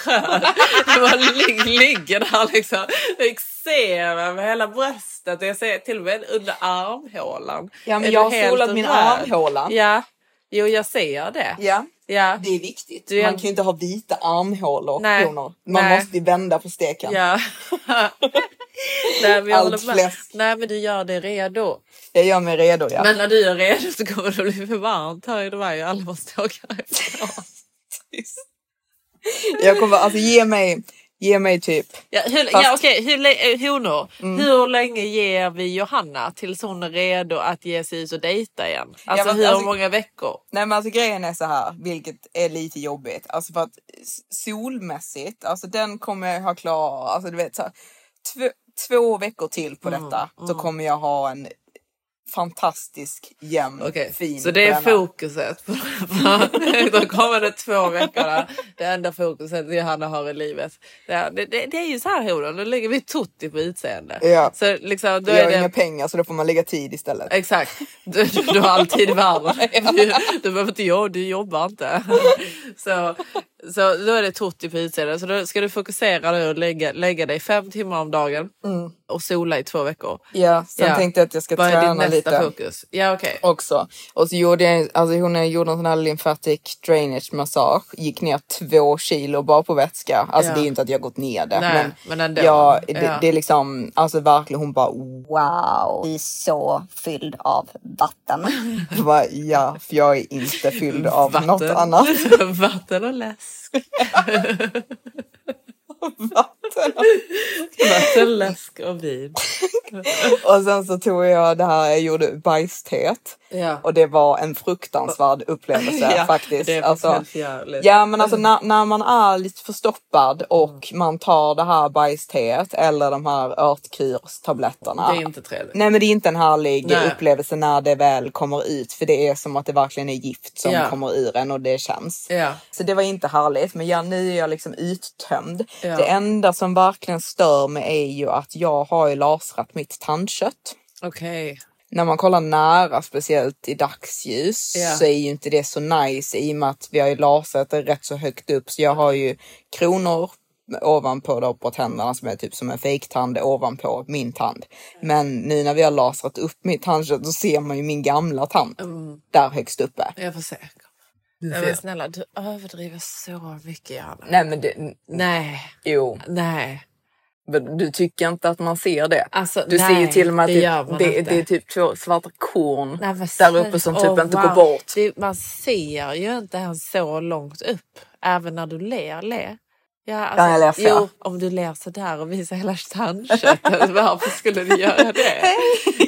Speaker 1: Du bara lig- ligger där liksom. Eksem över hela bröstet. Jag ser till och med under armhålan.
Speaker 2: Ja, men
Speaker 1: Är
Speaker 2: jag
Speaker 1: du
Speaker 2: har
Speaker 1: helt
Speaker 2: solat min
Speaker 1: röd?
Speaker 2: armhåla.
Speaker 1: Ja, jo jag ser det.
Speaker 2: Ja.
Speaker 1: ja.
Speaker 2: Det är viktigt.
Speaker 1: Du är-
Speaker 2: Man kan ju inte ha vita armhålor och
Speaker 1: Nej.
Speaker 2: kronor. Man
Speaker 1: Nej.
Speaker 2: måste ju vända på steken.
Speaker 1: Ja. Nej, men jag
Speaker 2: Allt
Speaker 1: håller med.
Speaker 2: fläsk.
Speaker 1: Nej men du gör dig redo.
Speaker 2: Jag gör mig redo ja.
Speaker 1: Men när du är redo så kommer det bli för varmt här i Dubai och alla måste åka härifrån.
Speaker 2: Jag kommer, alltså ge mig, ge mig typ.
Speaker 1: Ja, hur,
Speaker 2: Fast- Mm.
Speaker 1: ja, okej. Hur, lä- eh, honor, hur länge ger vi Johanna tills hon är redo att ge sig ut och dejta igen? Alltså
Speaker 2: men
Speaker 1: hur
Speaker 2: alltså-
Speaker 1: många veckor?
Speaker 2: Nej men alltså grejen är så här, vilket är lite jobbigt. Alltså för att s- solmässigt, alltså den kommer jag ha klar, alltså du vet så här, två, två veckor till på
Speaker 1: Mm,
Speaker 2: detta så kommer jag ha en fantastisk jämn fin
Speaker 1: Så det är
Speaker 2: bränna.
Speaker 1: fokuset. på- De kommande två veckorna, det enda fokuset Johanna har i livet. Det, det, det, det är ju så här honor, nu lägger vi tutti på utseende.
Speaker 2: Ja.
Speaker 1: Så liksom, då
Speaker 2: jag
Speaker 1: är
Speaker 2: har
Speaker 1: det
Speaker 2: inga pengar så då får man lägga tid istället.
Speaker 1: Exakt. Du, du, du har alltid värre. Du, du behöver inte jobba, du jobbar inte. Så, så då är det Totti på utsidan. Så då ska du fokusera nu och lägga, lägga dig fem timmar om dagen.
Speaker 2: Mm.
Speaker 1: och sola i två veckor.
Speaker 2: Ja, sen tänkte jag att jag ska
Speaker 1: Vad
Speaker 2: träna
Speaker 1: är ditt nästa
Speaker 2: lite.
Speaker 1: fokus? Ja, okej.
Speaker 2: Eh, också. Och så gjorde jag, alltså hon gjorde en sån här lymphatic drainage massage, gick ner två kilo bara på vätska. Alltså
Speaker 1: Ja.
Speaker 2: det är ju inte att jag har gått ner det.
Speaker 1: Nej, men ändå.
Speaker 2: Ja, det,
Speaker 1: Ja.
Speaker 2: det är liksom, alltså verkligen hon bara wow.
Speaker 13: Du är så fylld av vatten.
Speaker 2: Jag bara, ja, för jag är inte fylld av
Speaker 1: Vatten.
Speaker 2: något annat.
Speaker 1: Vatten och läsk. Vatten, läsk och vin.
Speaker 2: och sen så tog jag det här, jag gjorde bajsteet.
Speaker 1: Ja.
Speaker 2: Och det var en fruktansvärd upplevelse
Speaker 1: Ja,
Speaker 2: faktiskt.
Speaker 1: det är
Speaker 2: alltså,
Speaker 1: faktiskt jävligt.
Speaker 2: ja men alltså när, när man är lite förstoppad och
Speaker 1: Mm.
Speaker 2: man tar det här bajsteet eller de här örtkurstabletterna.
Speaker 1: Det är inte trevligt.
Speaker 2: Nej men det är inte en härlig
Speaker 1: Nej.
Speaker 2: upplevelse när det väl kommer ut för det är som att det verkligen är gift som
Speaker 1: Ja.
Speaker 2: kommer ur en och det känns.
Speaker 1: Ja.
Speaker 2: Så det var inte härligt men ja, nu är jag liksom uttömd.
Speaker 1: Ja.
Speaker 2: Det enda som verkligen stör mig är ju att jag har ju lasrat mitt tandkött.
Speaker 1: Okej.
Speaker 2: När man kollar nära, speciellt i dagsljus,
Speaker 1: Ja.
Speaker 2: så är ju inte det så nice i och med att vi har ju lasrat det rätt så högt upp. Så jag har ju kronor ovanpå då på tänderna som är typ som en fejktand ovanpå min tand. Men nu när vi har lasrat upp mitt tandkött så ser man ju min gamla tand
Speaker 1: Mm.
Speaker 2: där högst uppe.
Speaker 1: Jag får se.
Speaker 2: Du
Speaker 1: Nej,
Speaker 2: får-
Speaker 1: men snälla, du överdriver så mycket Johanna.
Speaker 2: Nej men det...
Speaker 1: Nej.
Speaker 2: Jo.
Speaker 1: Nej.
Speaker 2: Men du tycker inte att man ser det?
Speaker 1: Alltså,
Speaker 2: du ser ju
Speaker 1: nej,
Speaker 2: till och med att
Speaker 1: det gör man
Speaker 2: det, det,
Speaker 1: inte.
Speaker 2: är typ två svarta korn
Speaker 1: Nej, men
Speaker 2: där
Speaker 1: snälla.
Speaker 2: uppe som typ
Speaker 1: Åh,
Speaker 2: inte
Speaker 1: wow.
Speaker 2: går bort.
Speaker 1: Det, man ser ju inte ens så långt upp, även när du ler. Le. Ja, alltså,
Speaker 2: jag ler så.
Speaker 1: jo, om du ler sådär och visar hela tandköttet, varför skulle du göra det?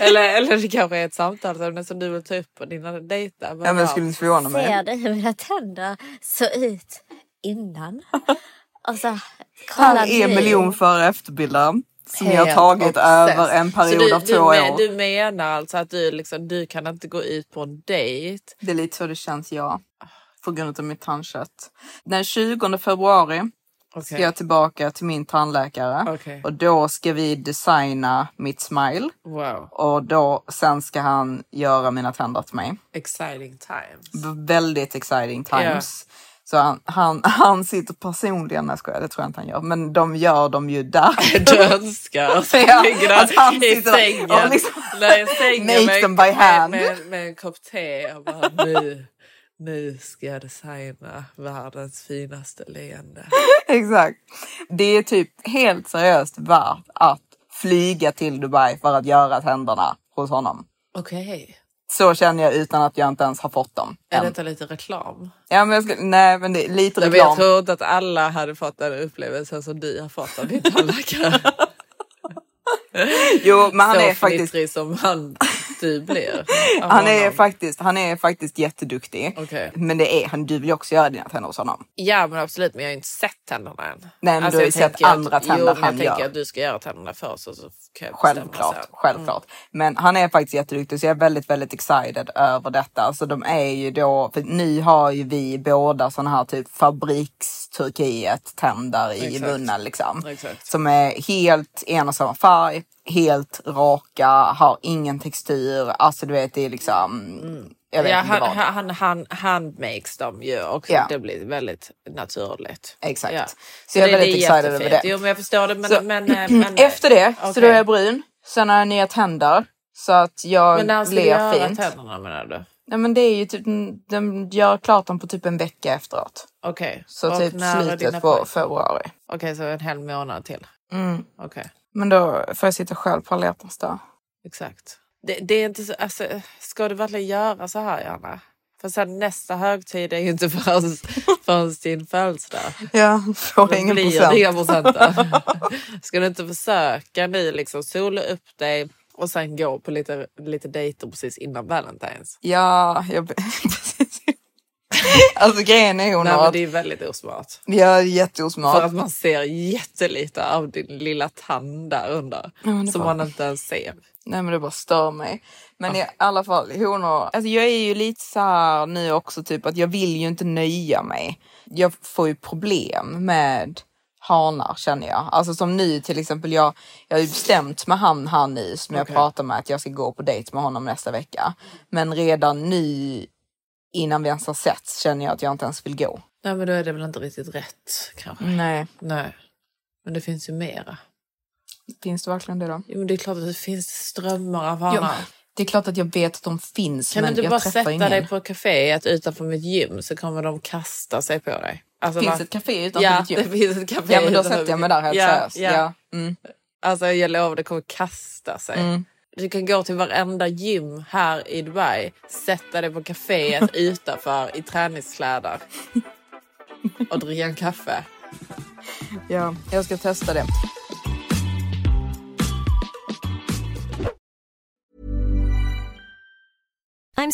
Speaker 1: eller, eller det kanske är ett samtalsämne som du vill ta upp på dina dejter.
Speaker 2: Ja, men det skulle inte förvåna mig.
Speaker 13: Ser du hur mina tänder såg ut innan? Och så, kolla
Speaker 2: Här är
Speaker 13: nu.
Speaker 2: miljon före efterbilder som jag har
Speaker 1: Helt
Speaker 2: tagit
Speaker 1: obsess.
Speaker 2: över en period
Speaker 1: Så du,
Speaker 2: av
Speaker 1: du,
Speaker 2: två
Speaker 1: men-
Speaker 2: år.
Speaker 1: Du menar alltså att du, liksom, du kan inte gå ut på en dejt?
Speaker 2: Det är lite så det känns, ja. På grund av mitt tandkött. Den 20 februari ska
Speaker 1: Okej.
Speaker 2: jag tillbaka till min tandläkare
Speaker 1: Okej.
Speaker 2: och då ska vi designa mitt smile.
Speaker 1: Wow.
Speaker 2: Och då, sen ska han göra mina tänder till mig.
Speaker 1: Exciting times.
Speaker 2: V- Väldigt exciting times. Så han, han, han sitter personligen, nej skojar, det tror jag inte han gör, men de gör dem ju där.
Speaker 1: Dönskar som
Speaker 2: Ja,
Speaker 1: ligger
Speaker 2: att han
Speaker 1: där i
Speaker 2: sitter och
Speaker 1: sängen.
Speaker 2: liksom
Speaker 1: Där i sängen
Speaker 2: make
Speaker 1: med,
Speaker 2: them by hand.
Speaker 1: Med, med, med en kopp te och bara nu, nu ska jag designa världens finaste leende.
Speaker 2: Exakt. Det är typ helt seriöst värt att flyga till Dubai för att göra tänderna hos honom.
Speaker 1: Okej,
Speaker 2: Så känner jag utan att jag inte ens har fått dem.
Speaker 1: är
Speaker 2: än.
Speaker 1: detta lite reklam?
Speaker 2: Ja, men jag skulle, nej, men det är lite
Speaker 1: Nej, men jag
Speaker 2: reklam.
Speaker 1: tror inte att alla hade fått den upplevelsen som du har fått av din tandläkare.
Speaker 2: Jo, men han
Speaker 1: Så
Speaker 2: är faktiskt-
Speaker 1: fnittrig som han du blir. av
Speaker 2: Han är,
Speaker 1: honom.
Speaker 2: faktiskt, han är faktiskt jätteduktig.
Speaker 1: Okej.
Speaker 2: Men det är han, du vill ju också göra dina tänder hos honom.
Speaker 1: Ja men absolut men jag har ju inte sett tänderna än. Alltså,
Speaker 2: men du har
Speaker 1: jag
Speaker 2: ju sett
Speaker 1: tänker att-
Speaker 2: andra tänder
Speaker 1: jo, men
Speaker 2: han
Speaker 1: jag tänker
Speaker 2: gör.
Speaker 1: att du ska göra tänderna först och så kan jag bestämma Mm.
Speaker 2: Självklart,
Speaker 1: sen.
Speaker 2: självklart. Men han är faktiskt jätteduktig så jag är väldigt, väldigt excited över detta. Så de är ju då, för nu har ju vi båda sådana här typ fabriksturkiet tänder i
Speaker 1: Exakt.
Speaker 2: munnen liksom.
Speaker 1: Exakt.
Speaker 2: Som är helt en och samma färg, helt raka, har ingen textur. Alltså du vet, det är liksom, jag
Speaker 1: Mm.
Speaker 2: vet
Speaker 1: ja,
Speaker 2: inte
Speaker 1: han,
Speaker 2: vad.
Speaker 1: han, han, han, han makes dem ju och
Speaker 2: Ja.
Speaker 1: det blir väldigt naturligt.
Speaker 2: Exakt.
Speaker 1: Ja.
Speaker 2: Så jag är
Speaker 1: det- det
Speaker 2: väldigt excited över
Speaker 1: jättefint.
Speaker 2: det.
Speaker 1: Jo men jag förstår det men...
Speaker 2: Så,
Speaker 1: men, eh, men
Speaker 2: Efter det så
Speaker 1: okej.
Speaker 2: då är jag brun, sen har jag nya tänder. Så att jag
Speaker 1: Men när ska du
Speaker 2: ler
Speaker 1: göra
Speaker 2: fint.
Speaker 1: tänderna menar du?
Speaker 2: Nej men det är ju typ, de gör klart dem på typ en vecka efteråt.
Speaker 1: Okej.
Speaker 2: Så
Speaker 1: Och
Speaker 2: typ
Speaker 1: när är dina
Speaker 2: slutet
Speaker 1: poäng?
Speaker 2: på februari.
Speaker 1: Okej så en hel månad till.
Speaker 2: Mm.
Speaker 1: Okej.
Speaker 2: Men då får jag sitta själv på alla hjärtans dag.
Speaker 1: Exakt. Det, det är inte så, alltså, ska du verkligen göra så här, Johanna? För sen nästa högtid är ju inte förrän, förrän din födelsedag.
Speaker 2: Ja, får
Speaker 1: Då
Speaker 2: ingen
Speaker 1: blir
Speaker 2: procent.
Speaker 1: det inga procent där. Ska du inte försöka nu liksom sola upp dig och sen gå på lite, lite dejter precis innan Valentine's?
Speaker 2: Ja, jag... precis. alltså grejen är ju
Speaker 1: Nej, men
Speaker 2: att
Speaker 1: det är väldigt osmart.
Speaker 2: jag är
Speaker 1: För
Speaker 2: jätteosmart.
Speaker 1: att man ser jättelite av din lilla tand där under.
Speaker 2: Ja, men det
Speaker 1: som
Speaker 2: var-
Speaker 1: man inte ens ser.
Speaker 2: Nej men det bara stör mig.
Speaker 1: Ah.
Speaker 2: Men i alla fall, honor. Alltså jag är ju lite så här nu också typ att jag vill ju inte nöja mig. Jag får ju problem med hanar känner jag. Alltså som nu till exempel, jag, jag har ju bestämt med han här nu som
Speaker 1: Okej.
Speaker 2: jag pratar med att jag ska gå på dejt med honom nästa vecka. Men redan nu innan vi ens har sett känner jag att jag inte ens vill gå.
Speaker 1: Nej, Mm. men då är det väl inte riktigt rätt kanske.
Speaker 2: Nej.
Speaker 1: Nej. Men det finns ju mera.
Speaker 2: Finns det verkligen det då?
Speaker 1: Jo, men det är klart att det finns strömmar av
Speaker 2: Jo,
Speaker 1: hanar.
Speaker 2: det är klart att jag vet att de finns,
Speaker 1: Kan du
Speaker 2: men
Speaker 1: inte
Speaker 2: jag
Speaker 1: bara
Speaker 2: träffar
Speaker 1: sätta
Speaker 2: ingen.
Speaker 1: dig på kaféet utanför mitt gym så kommer de kasta sig på dig? Alltså,
Speaker 2: Finns
Speaker 1: bara-
Speaker 2: ett café utanför
Speaker 1: ja,
Speaker 2: mitt gym?
Speaker 1: det finns ett café
Speaker 2: Ja, men då
Speaker 1: utanför
Speaker 2: sätter jag mig
Speaker 1: mitt-
Speaker 2: där helt
Speaker 1: ja,
Speaker 2: seriöst.
Speaker 1: ja.
Speaker 2: Ja,
Speaker 1: Alltså jag lovar, det kommer kasta sig.
Speaker 2: Mm.
Speaker 1: Du kan gå till varenda gym här i Dubai, sätta dig på kaféet utanför i träningskläder och dricka en kaffe.
Speaker 2: Ja, jag ska testa det.
Speaker 14: I'm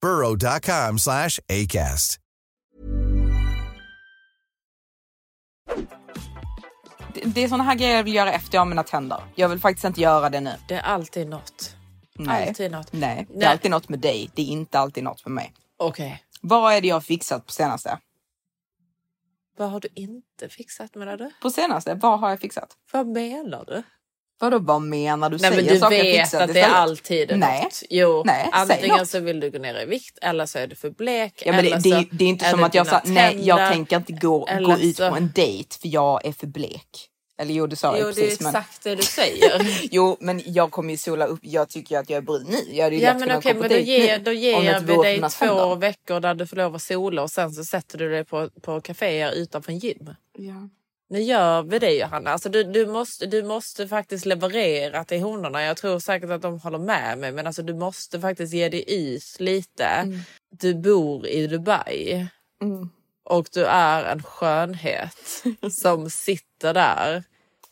Speaker 15: burrow.com slash ACAST.
Speaker 2: Det, det är såna här grejer jag vill göra efter jag har mina tänder. Jag vill faktiskt inte göra det nu.
Speaker 1: Det är alltid något.
Speaker 2: Nej.
Speaker 1: Alltid något.
Speaker 2: Nej, det
Speaker 1: Nej.
Speaker 2: är alltid något med dig. Det är inte alltid något med mig.
Speaker 1: Okej.
Speaker 2: Vad är det jag har fixat på senaste?
Speaker 1: Vad har du inte fixat med det du?
Speaker 2: På senaste, vad har jag fixat?
Speaker 1: Vad menar du?
Speaker 2: Vadå, vad menar du?
Speaker 1: Nej men
Speaker 2: Säger
Speaker 1: du
Speaker 2: saker jag
Speaker 1: vet
Speaker 2: fixat
Speaker 1: att det är
Speaker 2: istället.
Speaker 1: alltid
Speaker 2: Nej.
Speaker 1: något. Jo,
Speaker 2: Nej, säg
Speaker 1: antingen
Speaker 2: något.
Speaker 1: så vill du gå ner i vikt eller så är du för blek.
Speaker 2: Ja, men det,
Speaker 1: eller
Speaker 2: det,
Speaker 1: så
Speaker 2: det är inte
Speaker 1: är
Speaker 2: som
Speaker 1: det
Speaker 2: att jag
Speaker 1: dina
Speaker 2: sa nej, jag
Speaker 1: tänder,
Speaker 2: tänker inte gå, gå
Speaker 1: eller
Speaker 2: ut
Speaker 1: så-
Speaker 2: på en dejt för jag är för blek. Eller jo, det sa
Speaker 1: Jo,
Speaker 2: jag
Speaker 1: det är
Speaker 2: precis. men-
Speaker 1: exakt det du säger.
Speaker 2: jo, men jag kommer ju sola upp. Jag tycker ju att jag är brun nu. Jag hade ju
Speaker 1: Ja
Speaker 2: lätt
Speaker 1: men
Speaker 2: kunnat
Speaker 1: okej,
Speaker 2: gå på
Speaker 1: men då
Speaker 2: dejt
Speaker 1: ger,
Speaker 2: nu
Speaker 1: då
Speaker 2: om
Speaker 1: ger
Speaker 2: jag
Speaker 1: jag
Speaker 2: inte vore
Speaker 1: vid
Speaker 2: på
Speaker 1: dig två
Speaker 2: mina tänder.
Speaker 1: veckor där du får lov att sola och sen så sätter du dig på, på kaféer utanför en gym.
Speaker 2: Ja.
Speaker 1: Nu gör vi det Johanna. Alltså, du, du, måste, du måste faktiskt leverera till honorna. Jag tror säkert att de håller med mig men alltså, du måste faktiskt ge dig is lite. Du bor i Dubai
Speaker 2: Mm.
Speaker 1: och du är en skönhet som sitter där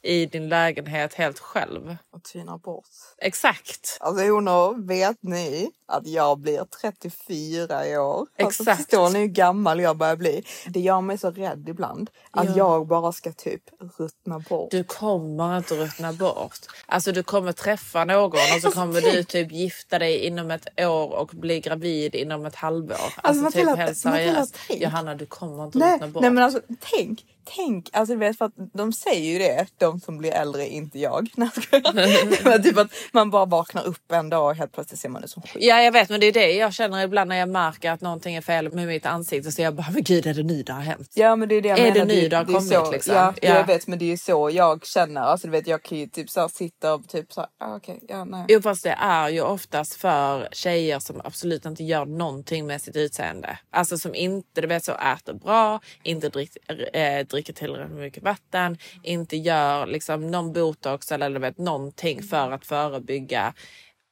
Speaker 1: i din lägenhet helt själv.
Speaker 2: Och tynar bort.
Speaker 1: Exakt.
Speaker 2: Alltså honor, vet ni att jag blir 34 i år? Alltså,
Speaker 1: Exakt.
Speaker 2: förstår ni hur gammal jag börjar bli? Det gör mig så rädd ibland att
Speaker 1: Ja.
Speaker 2: jag bara ska typ ruttna bort.
Speaker 1: Du kommer inte ruttna bort. Alltså du kommer träffa någon och så kommer du typ gifta dig inom ett år och bli gravid inom ett halvår. Alltså, typ
Speaker 2: Matilda,
Speaker 1: helt
Speaker 2: Matilda,
Speaker 1: seriöst.
Speaker 2: tänk.
Speaker 1: Johanna du kommer inte
Speaker 2: Nej,
Speaker 1: ruttna bort.
Speaker 2: nej men alltså tänk, tänk, alltså du vet för att de säger ju det, de som blir äldre, inte jag. Nej, jag skojar. Men typ att man bara vaknar upp en dag och helt plötsligt ser man ut som skit.
Speaker 1: Ja jag vet men det är det jag känner ibland när jag märker att någonting är fel med mitt ansikte så jag bara men gud är det nu det har hänt?
Speaker 2: Ja men det är det jag
Speaker 1: Är
Speaker 2: menar.
Speaker 1: det nu
Speaker 2: är-
Speaker 1: det har
Speaker 2: är
Speaker 1: kommit
Speaker 2: så,
Speaker 1: liksom?
Speaker 2: Ja,
Speaker 1: Ja.
Speaker 2: jag vet men det är ju så jag känner. Alltså du vet jag kan ju typ så här, sitta och typ så här, ah, okej, ja nej.
Speaker 1: Jo fast det är ju oftast för tjejer som absolut inte gör någonting med sitt utseende. Alltså som inte du vet, så äter bra, inte drick, eh, dricker tillräckligt mycket vatten, inte gör liksom, någon botox eller du vet, någonting för att förebygga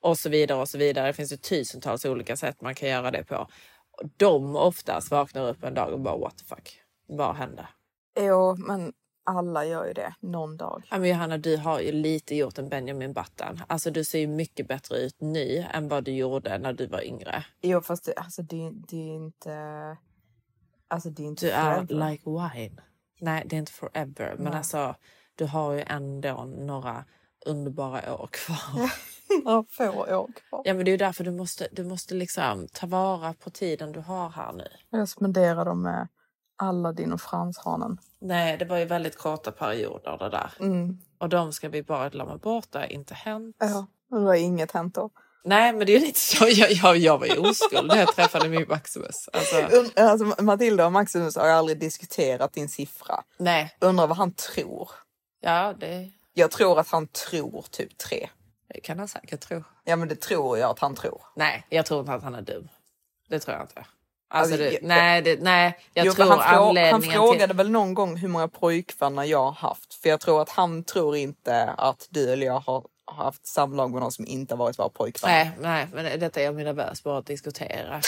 Speaker 1: och så vidare och så vidare. Det finns ju tusentals olika sätt man kan göra det på. De oftast vaknar upp en dag och bara what the fuck, vad hände?
Speaker 2: Jo men alla gör ju det någon dag.
Speaker 1: Ja, men Johanna, du har ju lite gjort en Benjamin Button. Alltså, du ser ju mycket bättre ut nu än vad du gjorde när du var yngre.
Speaker 2: Jo fast det, alltså det, är- det är inte, alltså det är inte
Speaker 1: Du är
Speaker 2: föräldrar.
Speaker 1: like wine. Nej, det är inte forever. Men
Speaker 2: Nej.
Speaker 1: alltså, du har ju ändå några underbara år kvar.
Speaker 2: Några få år kvar.
Speaker 1: Ja, men det är ju därför du måste, du måste liksom ta vara på tiden du har här nu.
Speaker 2: Jag spenderar dem med Aladdin och Franshanen.
Speaker 1: Nej, det var ju väldigt korta perioder det där.
Speaker 2: Mm.
Speaker 1: Och de ska vi bara glömma bort. Det har inte hänt.
Speaker 2: Ja. Och det har inget hänt då.
Speaker 1: Nej, men det är ju lite så. Jag, jag, jag var ju oskuld när jag träffade min Maximus. Alltså,
Speaker 2: Und- Alltså, Matilda och Maximus har ju aldrig diskuterat din siffra.
Speaker 1: Nej.
Speaker 2: Undrar vad han tror.
Speaker 1: ja, det
Speaker 2: Jag tror att han tror typ tre.
Speaker 1: Det kan han säkert tro.
Speaker 2: Ja, men det tror jag att han tror.
Speaker 1: Nej, jag tror inte att han är dum. Det tror jag inte. Alltså,
Speaker 2: Alltså,
Speaker 1: det,
Speaker 2: jag-
Speaker 1: nej, det, nej, jag
Speaker 2: Jo, för
Speaker 1: tror
Speaker 2: han, frå- han
Speaker 1: anledningen
Speaker 2: frågade
Speaker 1: till...
Speaker 2: väl någon gång hur många pojkvänner jag har haft. För jag tror att han tror inte att du eller jag har har haft samlag med någon som inte har varit vår pojkvän.
Speaker 1: Nej, nej, men detta är jag nervös bara att diskutera.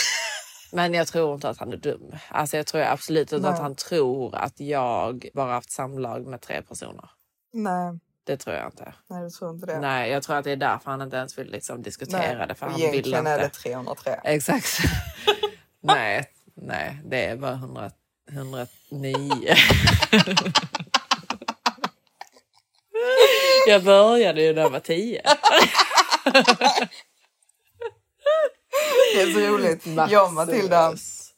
Speaker 1: men jag tror inte att han är dum. Alltså, jag tror absolut inte
Speaker 2: Nej.
Speaker 1: att han tror att jag bara haft samlag med tre personer.
Speaker 2: Nej,
Speaker 1: Det tror jag inte.
Speaker 2: nej du tror inte det.
Speaker 1: Nej, jag tror att det är därför han inte ens vill liksom diskutera
Speaker 2: Nej,
Speaker 1: det. För
Speaker 2: och
Speaker 1: han vill
Speaker 2: egentligen
Speaker 1: inte. Eh,
Speaker 2: är det 303.
Speaker 1: Exakt. nej, nej, det är bara 100, 109. jag började ju när jag var 10.
Speaker 2: Det är så roligt.
Speaker 1: Maximus.
Speaker 2: Jag och, Matilda,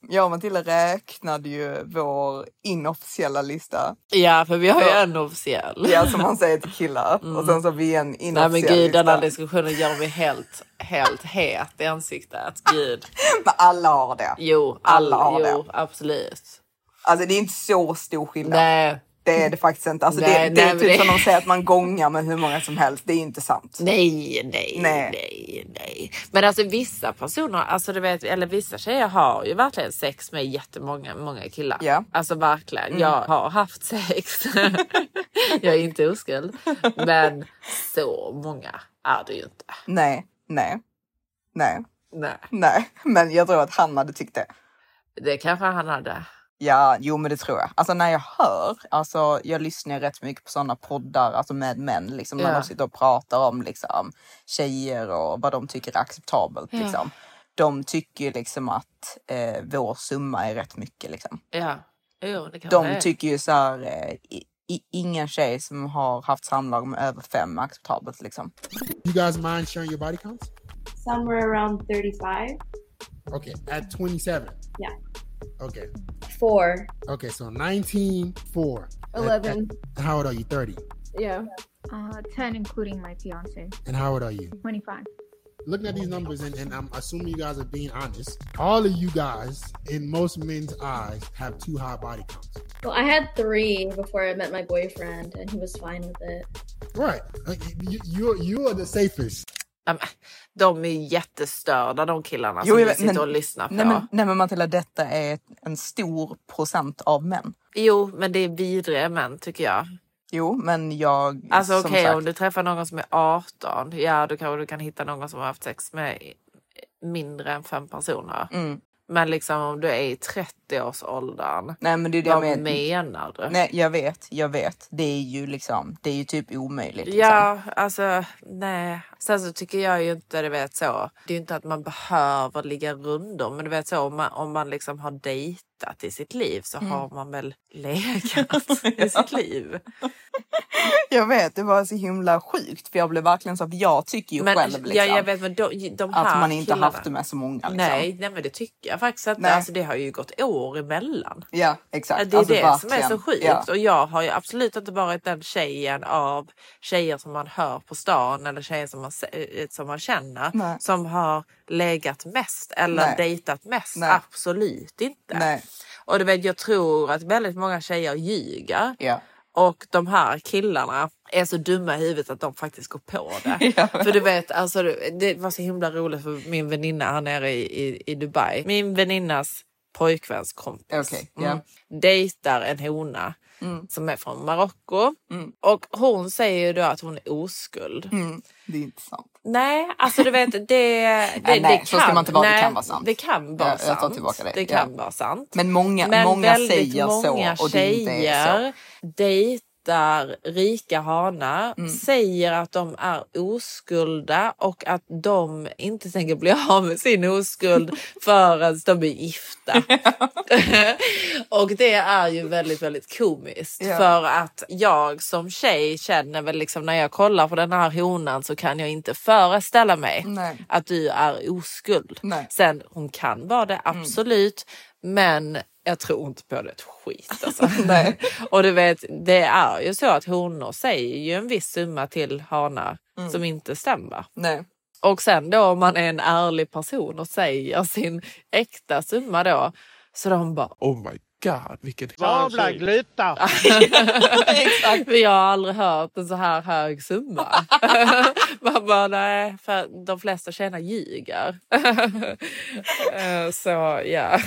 Speaker 2: jag och Matilda räknade ju vår inofficiella lista.
Speaker 1: Ja, för vi har ju
Speaker 2: Ja.
Speaker 1: en officiell.
Speaker 2: Ja, som man säger till killar. Och sen så har vi en
Speaker 1: Mm. Nej
Speaker 2: inofficiell
Speaker 1: men liksom- gud, den
Speaker 2: lista.
Speaker 1: här diskussionen gör mig helt, helt het i ansiktet. Gud.
Speaker 2: Men alla har det.
Speaker 1: Jo,
Speaker 2: Alla
Speaker 1: all-
Speaker 2: har
Speaker 1: jo,
Speaker 2: det.
Speaker 1: absolut.
Speaker 2: Alltså det är inte så stor skillnad.
Speaker 1: Nej.
Speaker 2: Det är det faktiskt inte. Alltså,
Speaker 1: Nej,
Speaker 2: det, det
Speaker 1: nej,
Speaker 2: är
Speaker 1: men
Speaker 2: typ
Speaker 1: det-
Speaker 2: som de säger att man gångar med hur många som helst. Det är inte sant.
Speaker 1: Nej, nej, nej, nej. Men alltså vissa personer, alltså du vet, eller vissa tjejer har ju verkligen sex med jättemånga många killar.
Speaker 2: Ja.
Speaker 1: Alltså verkligen.
Speaker 2: Mm.
Speaker 1: Jag har haft sex. jag är inte oskuld. Men så många är det ju inte.
Speaker 2: Nej, nej, nej,
Speaker 1: Nej.
Speaker 2: nej. Men jag tror att han hade tyckt det.
Speaker 1: Det kanske han hade.
Speaker 2: Ja, jo men det tror jag. Alltså när jag hör, alltså jag lyssnar ju rätt mycket på sådana poddar, alltså med män, liksom när
Speaker 1: Ja.
Speaker 2: de sitter och pratar om liksom tjejer och vad de tycker är acceptabelt.
Speaker 1: Ja.
Speaker 2: Liksom. De tycker ju liksom att eh, vår summa är rätt mycket liksom.
Speaker 1: Ja, jo, det kanske
Speaker 2: De
Speaker 1: är.
Speaker 2: tycker ju så här, eh, i, i, ingen tjej som har haft samlag med över fem är acceptabelt liksom.
Speaker 1: Alltså,
Speaker 16: You guys mind sharing your body counts?
Speaker 13: Somewhere around 35.
Speaker 16: Okay, at 27.
Speaker 13: Yeah.
Speaker 16: Okay.
Speaker 13: Four.
Speaker 16: Okay, so 19, 4. At-
Speaker 17: 11.
Speaker 16: at- and how old are you? 30.
Speaker 17: Yeah. Uh, 10, including my fiance.
Speaker 16: And how old are you?
Speaker 17: 25.
Speaker 16: Looking at these numbers, and, and I'm assuming you guys are being honest, all of you guys, in most men's eyes, have too high body counts.
Speaker 17: Well, I had three before I met my boyfriend, and he was fine with it.
Speaker 16: Right. Like, you, you, you are the safest.
Speaker 1: Ja, men De är jättestörda de killarna
Speaker 2: Jo,
Speaker 1: som
Speaker 2: jag
Speaker 1: vi
Speaker 2: vet,
Speaker 1: sitter och lyssnar på.
Speaker 2: Nej men, nej men Matilda, detta är en stor procent av män.
Speaker 1: Jo, men det är vidriga män tycker jag.
Speaker 2: Jo, men jag...
Speaker 1: Alltså
Speaker 2: som
Speaker 1: okej
Speaker 2: sagt-
Speaker 1: om du träffar någon som är 18, ja då kanske du kan hitta någon som har haft sex med i- mindre än fem personer.
Speaker 2: Mm.
Speaker 1: Men liksom om du är i 30-årsåldern,
Speaker 2: Nej, men det är det
Speaker 1: vad
Speaker 2: jag men-
Speaker 1: menar du?
Speaker 2: Nej, jag vet, jag vet. Det är ju liksom, det är ju typ omöjligt. Liksom.
Speaker 1: Ja, alltså nej. Sen så tycker jag ju inte, du vet så. Det är ju inte att man behöver ligga rundom, men du vet så om man, om man liksom har dejtat i sitt liv så
Speaker 2: Mm.
Speaker 1: har man väl legat i sitt liv.
Speaker 2: Jag vet, det var så himla sjukt för jag blev verkligen så att jag tycker ju
Speaker 1: Men,
Speaker 2: själv liksom,
Speaker 1: ja, jag vet, men de, de här
Speaker 2: att man inte
Speaker 1: killarna-
Speaker 2: haft det med så många. Liksom.
Speaker 1: Nej, nej, men det tycker jag faktiskt inte.
Speaker 2: Nej.
Speaker 1: Alltså, det har ju gått år emellan.
Speaker 2: Ja, exakt.
Speaker 1: Det är
Speaker 2: Alltså,
Speaker 1: det som är så
Speaker 2: verkligen.
Speaker 1: sjukt.
Speaker 2: Ja.
Speaker 1: Och jag har ju absolut inte varit den tjejen av tjejer som man hör på stan eller tjejer som man, se- eh, som man känner
Speaker 2: Nej.
Speaker 1: som har legat mest eller
Speaker 2: Nej.
Speaker 1: dejtat mest.
Speaker 2: Nej.
Speaker 1: Absolut inte. Och du vet, jag tror att väldigt många tjejer ljuger.
Speaker 2: Ja.
Speaker 1: Och de här killarna är så dumma i huvudet att de faktiskt går på det. För du vet, alltså, det var så himla roligt för min väninna här nere i, i, i Dubai. Min väninnas pojkväns kompis
Speaker 2: Okej, ja.
Speaker 1: Mm.
Speaker 2: Mm.
Speaker 1: dejtar en hona som är från Marocko. Och hon säger ju då att hon är oskuld.
Speaker 2: Mm, det är inte sant.
Speaker 1: Nej, alltså du vet det, det,
Speaker 2: nej,
Speaker 1: det kan,
Speaker 2: så ska man inte vara. Det
Speaker 1: nej,
Speaker 2: kan vara sant.
Speaker 1: Det kan vara
Speaker 2: Jag- jag tar
Speaker 1: sant.
Speaker 2: tillbaka det.
Speaker 1: Det
Speaker 2: Ja.
Speaker 1: kan vara sant.
Speaker 2: Men många, många
Speaker 1: väldigt
Speaker 2: säger
Speaker 1: många
Speaker 2: så och det inte är
Speaker 1: tjejer
Speaker 2: så.
Speaker 1: dejtar rika hanar,
Speaker 2: Mm.
Speaker 1: säger att de är oskulda och att de inte tänker bli av med sin oskuld förrän de blir gifta. och det är ju väldigt, väldigt komiskt
Speaker 2: Ja.
Speaker 1: för att jag som tjej känner väl liksom när jag kollar på den här honan så kan jag inte föreställa mig
Speaker 2: Nej.
Speaker 1: att du är oskuld.
Speaker 2: Nej. Mm.
Speaker 1: Sen hon kan vara det, absolut. Men Jag tror inte på det ett skit. Alltså. Nej. Och du vet, det är ju så att honor säger ju en viss summa till hanar
Speaker 2: Mm.
Speaker 1: som inte stämmer.
Speaker 2: Nej.
Speaker 1: Och sen då om man är en ärlig person och säger sin äkta summa då, så de bara
Speaker 6: Oh my god, vilket...
Speaker 1: Jävla gluta! Exakt. Vi har aldrig hört en så här hög summa. Man bara, nej, för de flesta tjänar ljuger. Eh, så ja,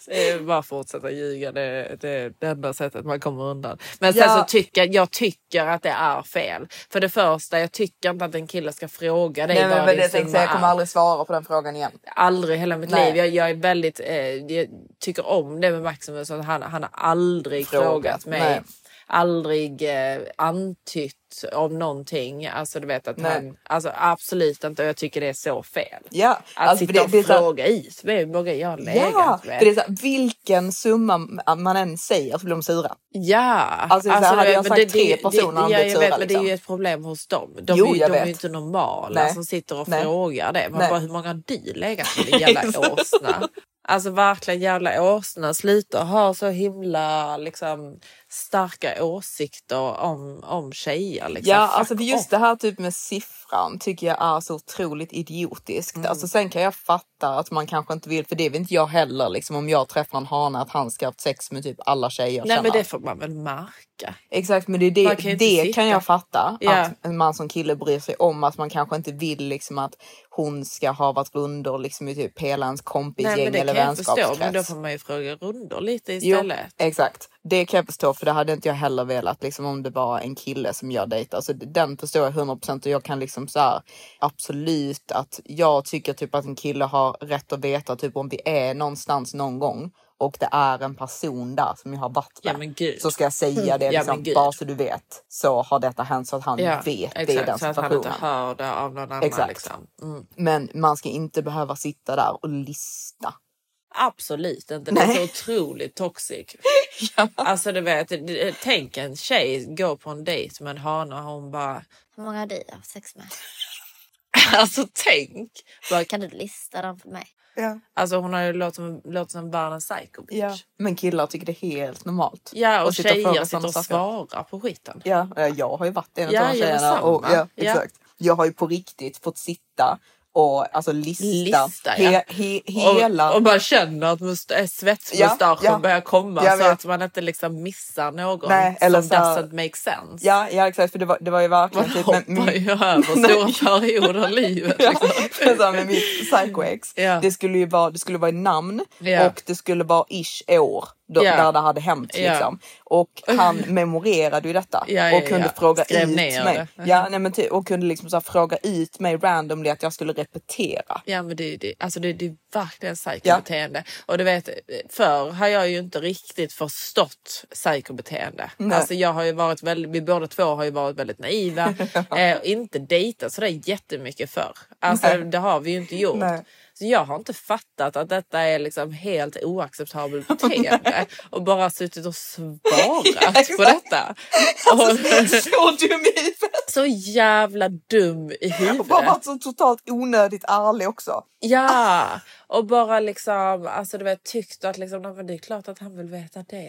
Speaker 1: Så, eh, bara fortsätta ljuga. Det, det är det enda sättet man kommer undan. Men sen
Speaker 18: Ja.
Speaker 1: så tycker jag tycker att det är fel. För det första, jag tycker inte att en kille ska fråga dig
Speaker 2: Nej, men
Speaker 1: vad
Speaker 2: vad
Speaker 1: din
Speaker 2: det tänkte
Speaker 1: summa
Speaker 2: säga, jag kommer
Speaker 1: är
Speaker 2: aldrig svara på den frågan igen.
Speaker 1: aldrig i hela mitt
Speaker 2: Nej.
Speaker 1: liv. Jag, jag är väldigt, eh, jag tycker om det med Maximus. Att han, han har aldrig
Speaker 2: Frågat.
Speaker 1: frågat, mig.
Speaker 2: Nej.
Speaker 1: Aldrig eh, antytt om någonting. Alltså du vet att
Speaker 2: Nej.
Speaker 1: han, alltså absolut inte. Och jag tycker det är så fel.
Speaker 2: Ja,
Speaker 1: Att
Speaker 2: alltså,
Speaker 1: sitta
Speaker 2: det-
Speaker 1: och
Speaker 2: det är så-
Speaker 1: fråga is mig hur många jag har legat
Speaker 2: Ja,
Speaker 1: med.
Speaker 2: för det är så här, vilken summa man än säger så blir de sura.
Speaker 1: Ja,
Speaker 2: alltså, så här, hade
Speaker 1: det-
Speaker 2: jag
Speaker 1: men
Speaker 2: sagt
Speaker 1: det-
Speaker 2: tre
Speaker 1: det-
Speaker 2: personer
Speaker 1: det-
Speaker 2: hade
Speaker 1: ja,
Speaker 2: de
Speaker 1: jag
Speaker 2: blivit
Speaker 1: vet,
Speaker 2: sura.
Speaker 1: men det är ju
Speaker 2: liksom.
Speaker 1: ett problem hos dem. De,
Speaker 2: Jo,
Speaker 1: är, ju-
Speaker 2: jag
Speaker 1: de är ju
Speaker 2: vet.
Speaker 1: inte normala
Speaker 2: Nej.
Speaker 1: som sitter och
Speaker 2: Nej.
Speaker 1: frågar det. Man
Speaker 2: Nej.
Speaker 1: bara, hur många har du legat med din jävla
Speaker 2: Exakt.
Speaker 1: åsna? Alltså verkligen jävla åsna. Sluta ha så himla liksom, starka åsikter om, om tjejer. Liksom.
Speaker 2: Ja,
Speaker 1: Fuck
Speaker 2: alltså det- just det här typ med siffran tycker jag är så otroligt idiotiskt.
Speaker 1: Mm.
Speaker 2: Alltså sen kan jag fatta att man kanske inte vill, för det vill inte jag heller, liksom om jag träffar en hane att han ska ha haft sex med typ alla tjejer jag
Speaker 1: Nej, men
Speaker 2: känner.
Speaker 1: det får man väl märka.
Speaker 2: Exakt, men det, är det,
Speaker 1: Man kan ju inte
Speaker 2: det
Speaker 1: sitta.
Speaker 2: kan jag fatta.
Speaker 1: Ja.
Speaker 2: Att en man som kille bryr sig om att man kanske inte vill liksom att hon ska ha varit rundor liksom i typ hela ens
Speaker 1: Nej, men
Speaker 2: kompisgäng
Speaker 1: det
Speaker 2: eller
Speaker 1: kan jag förstå. Men då
Speaker 2: vänskapskrets.
Speaker 1: får man ju fråga rundor lite
Speaker 2: Jo,
Speaker 1: istället.
Speaker 2: exakt. Det kan jag förstå för det hade inte jag heller velat liksom, om det var en kille som jag dejtar. Så d- den förstår jag 100 procent och jag kan liksom så här, absolut att jag tycker typ att en kille har rätt att veta typ om vi är någonstans någon gång och det är en person där som jag har varit med.
Speaker 1: Ja, men gud.
Speaker 2: Så ska jag säga det
Speaker 1: Ja, men
Speaker 2: liksom,
Speaker 1: gud.
Speaker 2: bara så du vet så har detta hänt så att han vet det i
Speaker 1: exakt,
Speaker 2: den
Speaker 1: så att han inte
Speaker 2: situationen.
Speaker 1: hör det av någon annan.
Speaker 2: Exakt.
Speaker 1: Liksom. Mm.
Speaker 2: Men man ska inte behöva sitta där och lista.
Speaker 1: Absolut inte. Det är så otroligt toxic. Alltså du vet, det- tänk en tjej gå på en dejt med en hane och hon bara...
Speaker 19: Hur många har du haft sex med?
Speaker 1: Alltså tänk! Bara,
Speaker 19: Kan du lista dem för mig?
Speaker 2: Ja.
Speaker 1: Alltså hon har ju låtit som, låtit som världens psycho bitch. Ja,
Speaker 2: Men killar tycker det är helt normalt.
Speaker 1: och,
Speaker 2: sitta
Speaker 1: tjejer
Speaker 2: fråga sådana
Speaker 1: sitter och
Speaker 2: saker.
Speaker 1: svarar på skiten.
Speaker 2: Ja, eh, jag har ju varit en av
Speaker 1: Ja,
Speaker 2: de här
Speaker 1: jag var
Speaker 2: tjejerna. Och,
Speaker 1: samma.
Speaker 2: ja,
Speaker 1: Ja.
Speaker 2: exakt. Jag har ju på riktigt fått sitta och alltså lista,
Speaker 1: Lista, ja.
Speaker 2: he, he, hela...
Speaker 1: och, och man känner att must- eh, svetsmustaschen
Speaker 2: Ja, ja.
Speaker 1: börjar komma
Speaker 2: Jag
Speaker 1: så
Speaker 2: vet.
Speaker 1: att man inte liksom missar någon
Speaker 2: Nej, eller
Speaker 1: som
Speaker 2: så här-
Speaker 1: doesn't make sense.
Speaker 2: Ja, ja exakt, för det var, det typ, var ju verkligen...
Speaker 1: Man hoppar ju över stora perioder av livet. Liksom.
Speaker 2: så här med mitt psycho-ex. Det skulle ju vara, det skulle vara i namn
Speaker 1: Ja.
Speaker 2: och det skulle vara ish år då,
Speaker 1: Ja.
Speaker 2: där det hade hänt.
Speaker 1: Ja.
Speaker 2: Liksom. Och han memorerade ju detta
Speaker 1: Ja, ja,
Speaker 2: och kunde
Speaker 1: ja.
Speaker 2: fråga
Speaker 1: Skrev
Speaker 2: ut
Speaker 1: ner
Speaker 2: mig.
Speaker 1: det.
Speaker 2: Ja, nej, men ty- och kunde liksom så här fråga ut mig randomly att jag skulle repetera.
Speaker 1: Ja men det, det, alltså det, det är verkligen
Speaker 2: Ja.
Speaker 1: psykobeteende. Och du vet, förr har jag ju inte riktigt förstått psykobeteende.
Speaker 2: Nej.
Speaker 1: Alltså jag har ju varit väldigt, vi båda två har ju varit väldigt naiva. eh, och inte dejtat sådär jättemycket förr. Alltså
Speaker 2: Nej.
Speaker 1: det har vi ju inte gjort.
Speaker 2: Nej.
Speaker 1: Så jag har inte fattat att detta är liksom helt oacceptabelt beteende. och bara suttit och svarat på detta. Alltså,
Speaker 2: så dum i huvudet!
Speaker 1: Så jävla dum i
Speaker 2: Och bara
Speaker 1: huvudet.
Speaker 2: varit så totalt onödigt ärlig också.
Speaker 1: Ja, och bara liksom, alltså du vet, tyckt att liksom, nej, men det är klart att han vill veta det.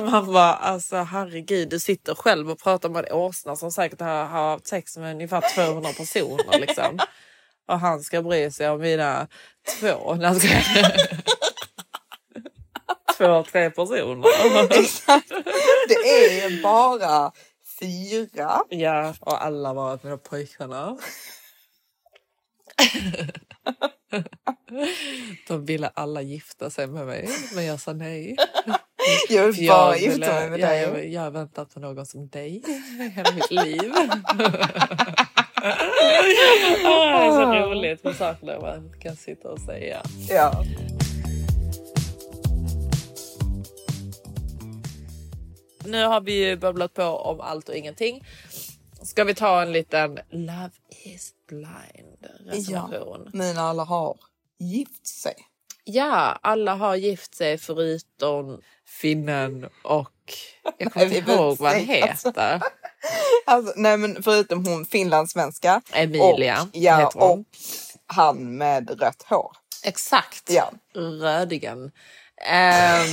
Speaker 1: Man bara, alltså herregud, du sitter själv och pratar med en åsna som säkert har, har haft sex med ungefär 200 personer liksom. Och han ska bry sig om mina två, nej, jag skojar. två, tre personer.
Speaker 2: Det är ju bara fyra.
Speaker 1: Ja, och alla var med pojkarna. De ville alla gifta sig med mig, men jag sa nej.
Speaker 2: Jag vill
Speaker 1: För
Speaker 2: bara gifta mig med
Speaker 1: ja,
Speaker 2: dig.
Speaker 1: Jag, jag har väntat på någon som dig hela mitt liv. Ah, det är så roligt med saker där man kan sitta och säga.
Speaker 2: Ja.
Speaker 1: Nu har vi ju babblat på om allt och ingenting. Ska vi ta en liten Love is blind recension?
Speaker 2: Mina alla har gift sig.
Speaker 1: Ja, alla har gift sig förutom finnen och... Jag kommer
Speaker 2: Nej, vi
Speaker 1: inte
Speaker 2: behöver
Speaker 1: ihåg
Speaker 2: inte
Speaker 1: vad han
Speaker 2: säga, alltså.
Speaker 1: heter.
Speaker 2: Alltså, nej men förutom hon finlandssvenska.
Speaker 1: Emilia
Speaker 2: och, ja,
Speaker 1: heter hon.
Speaker 2: och han med rött hår.
Speaker 1: Exakt.
Speaker 2: Ja.
Speaker 1: Rödigen. Ehm,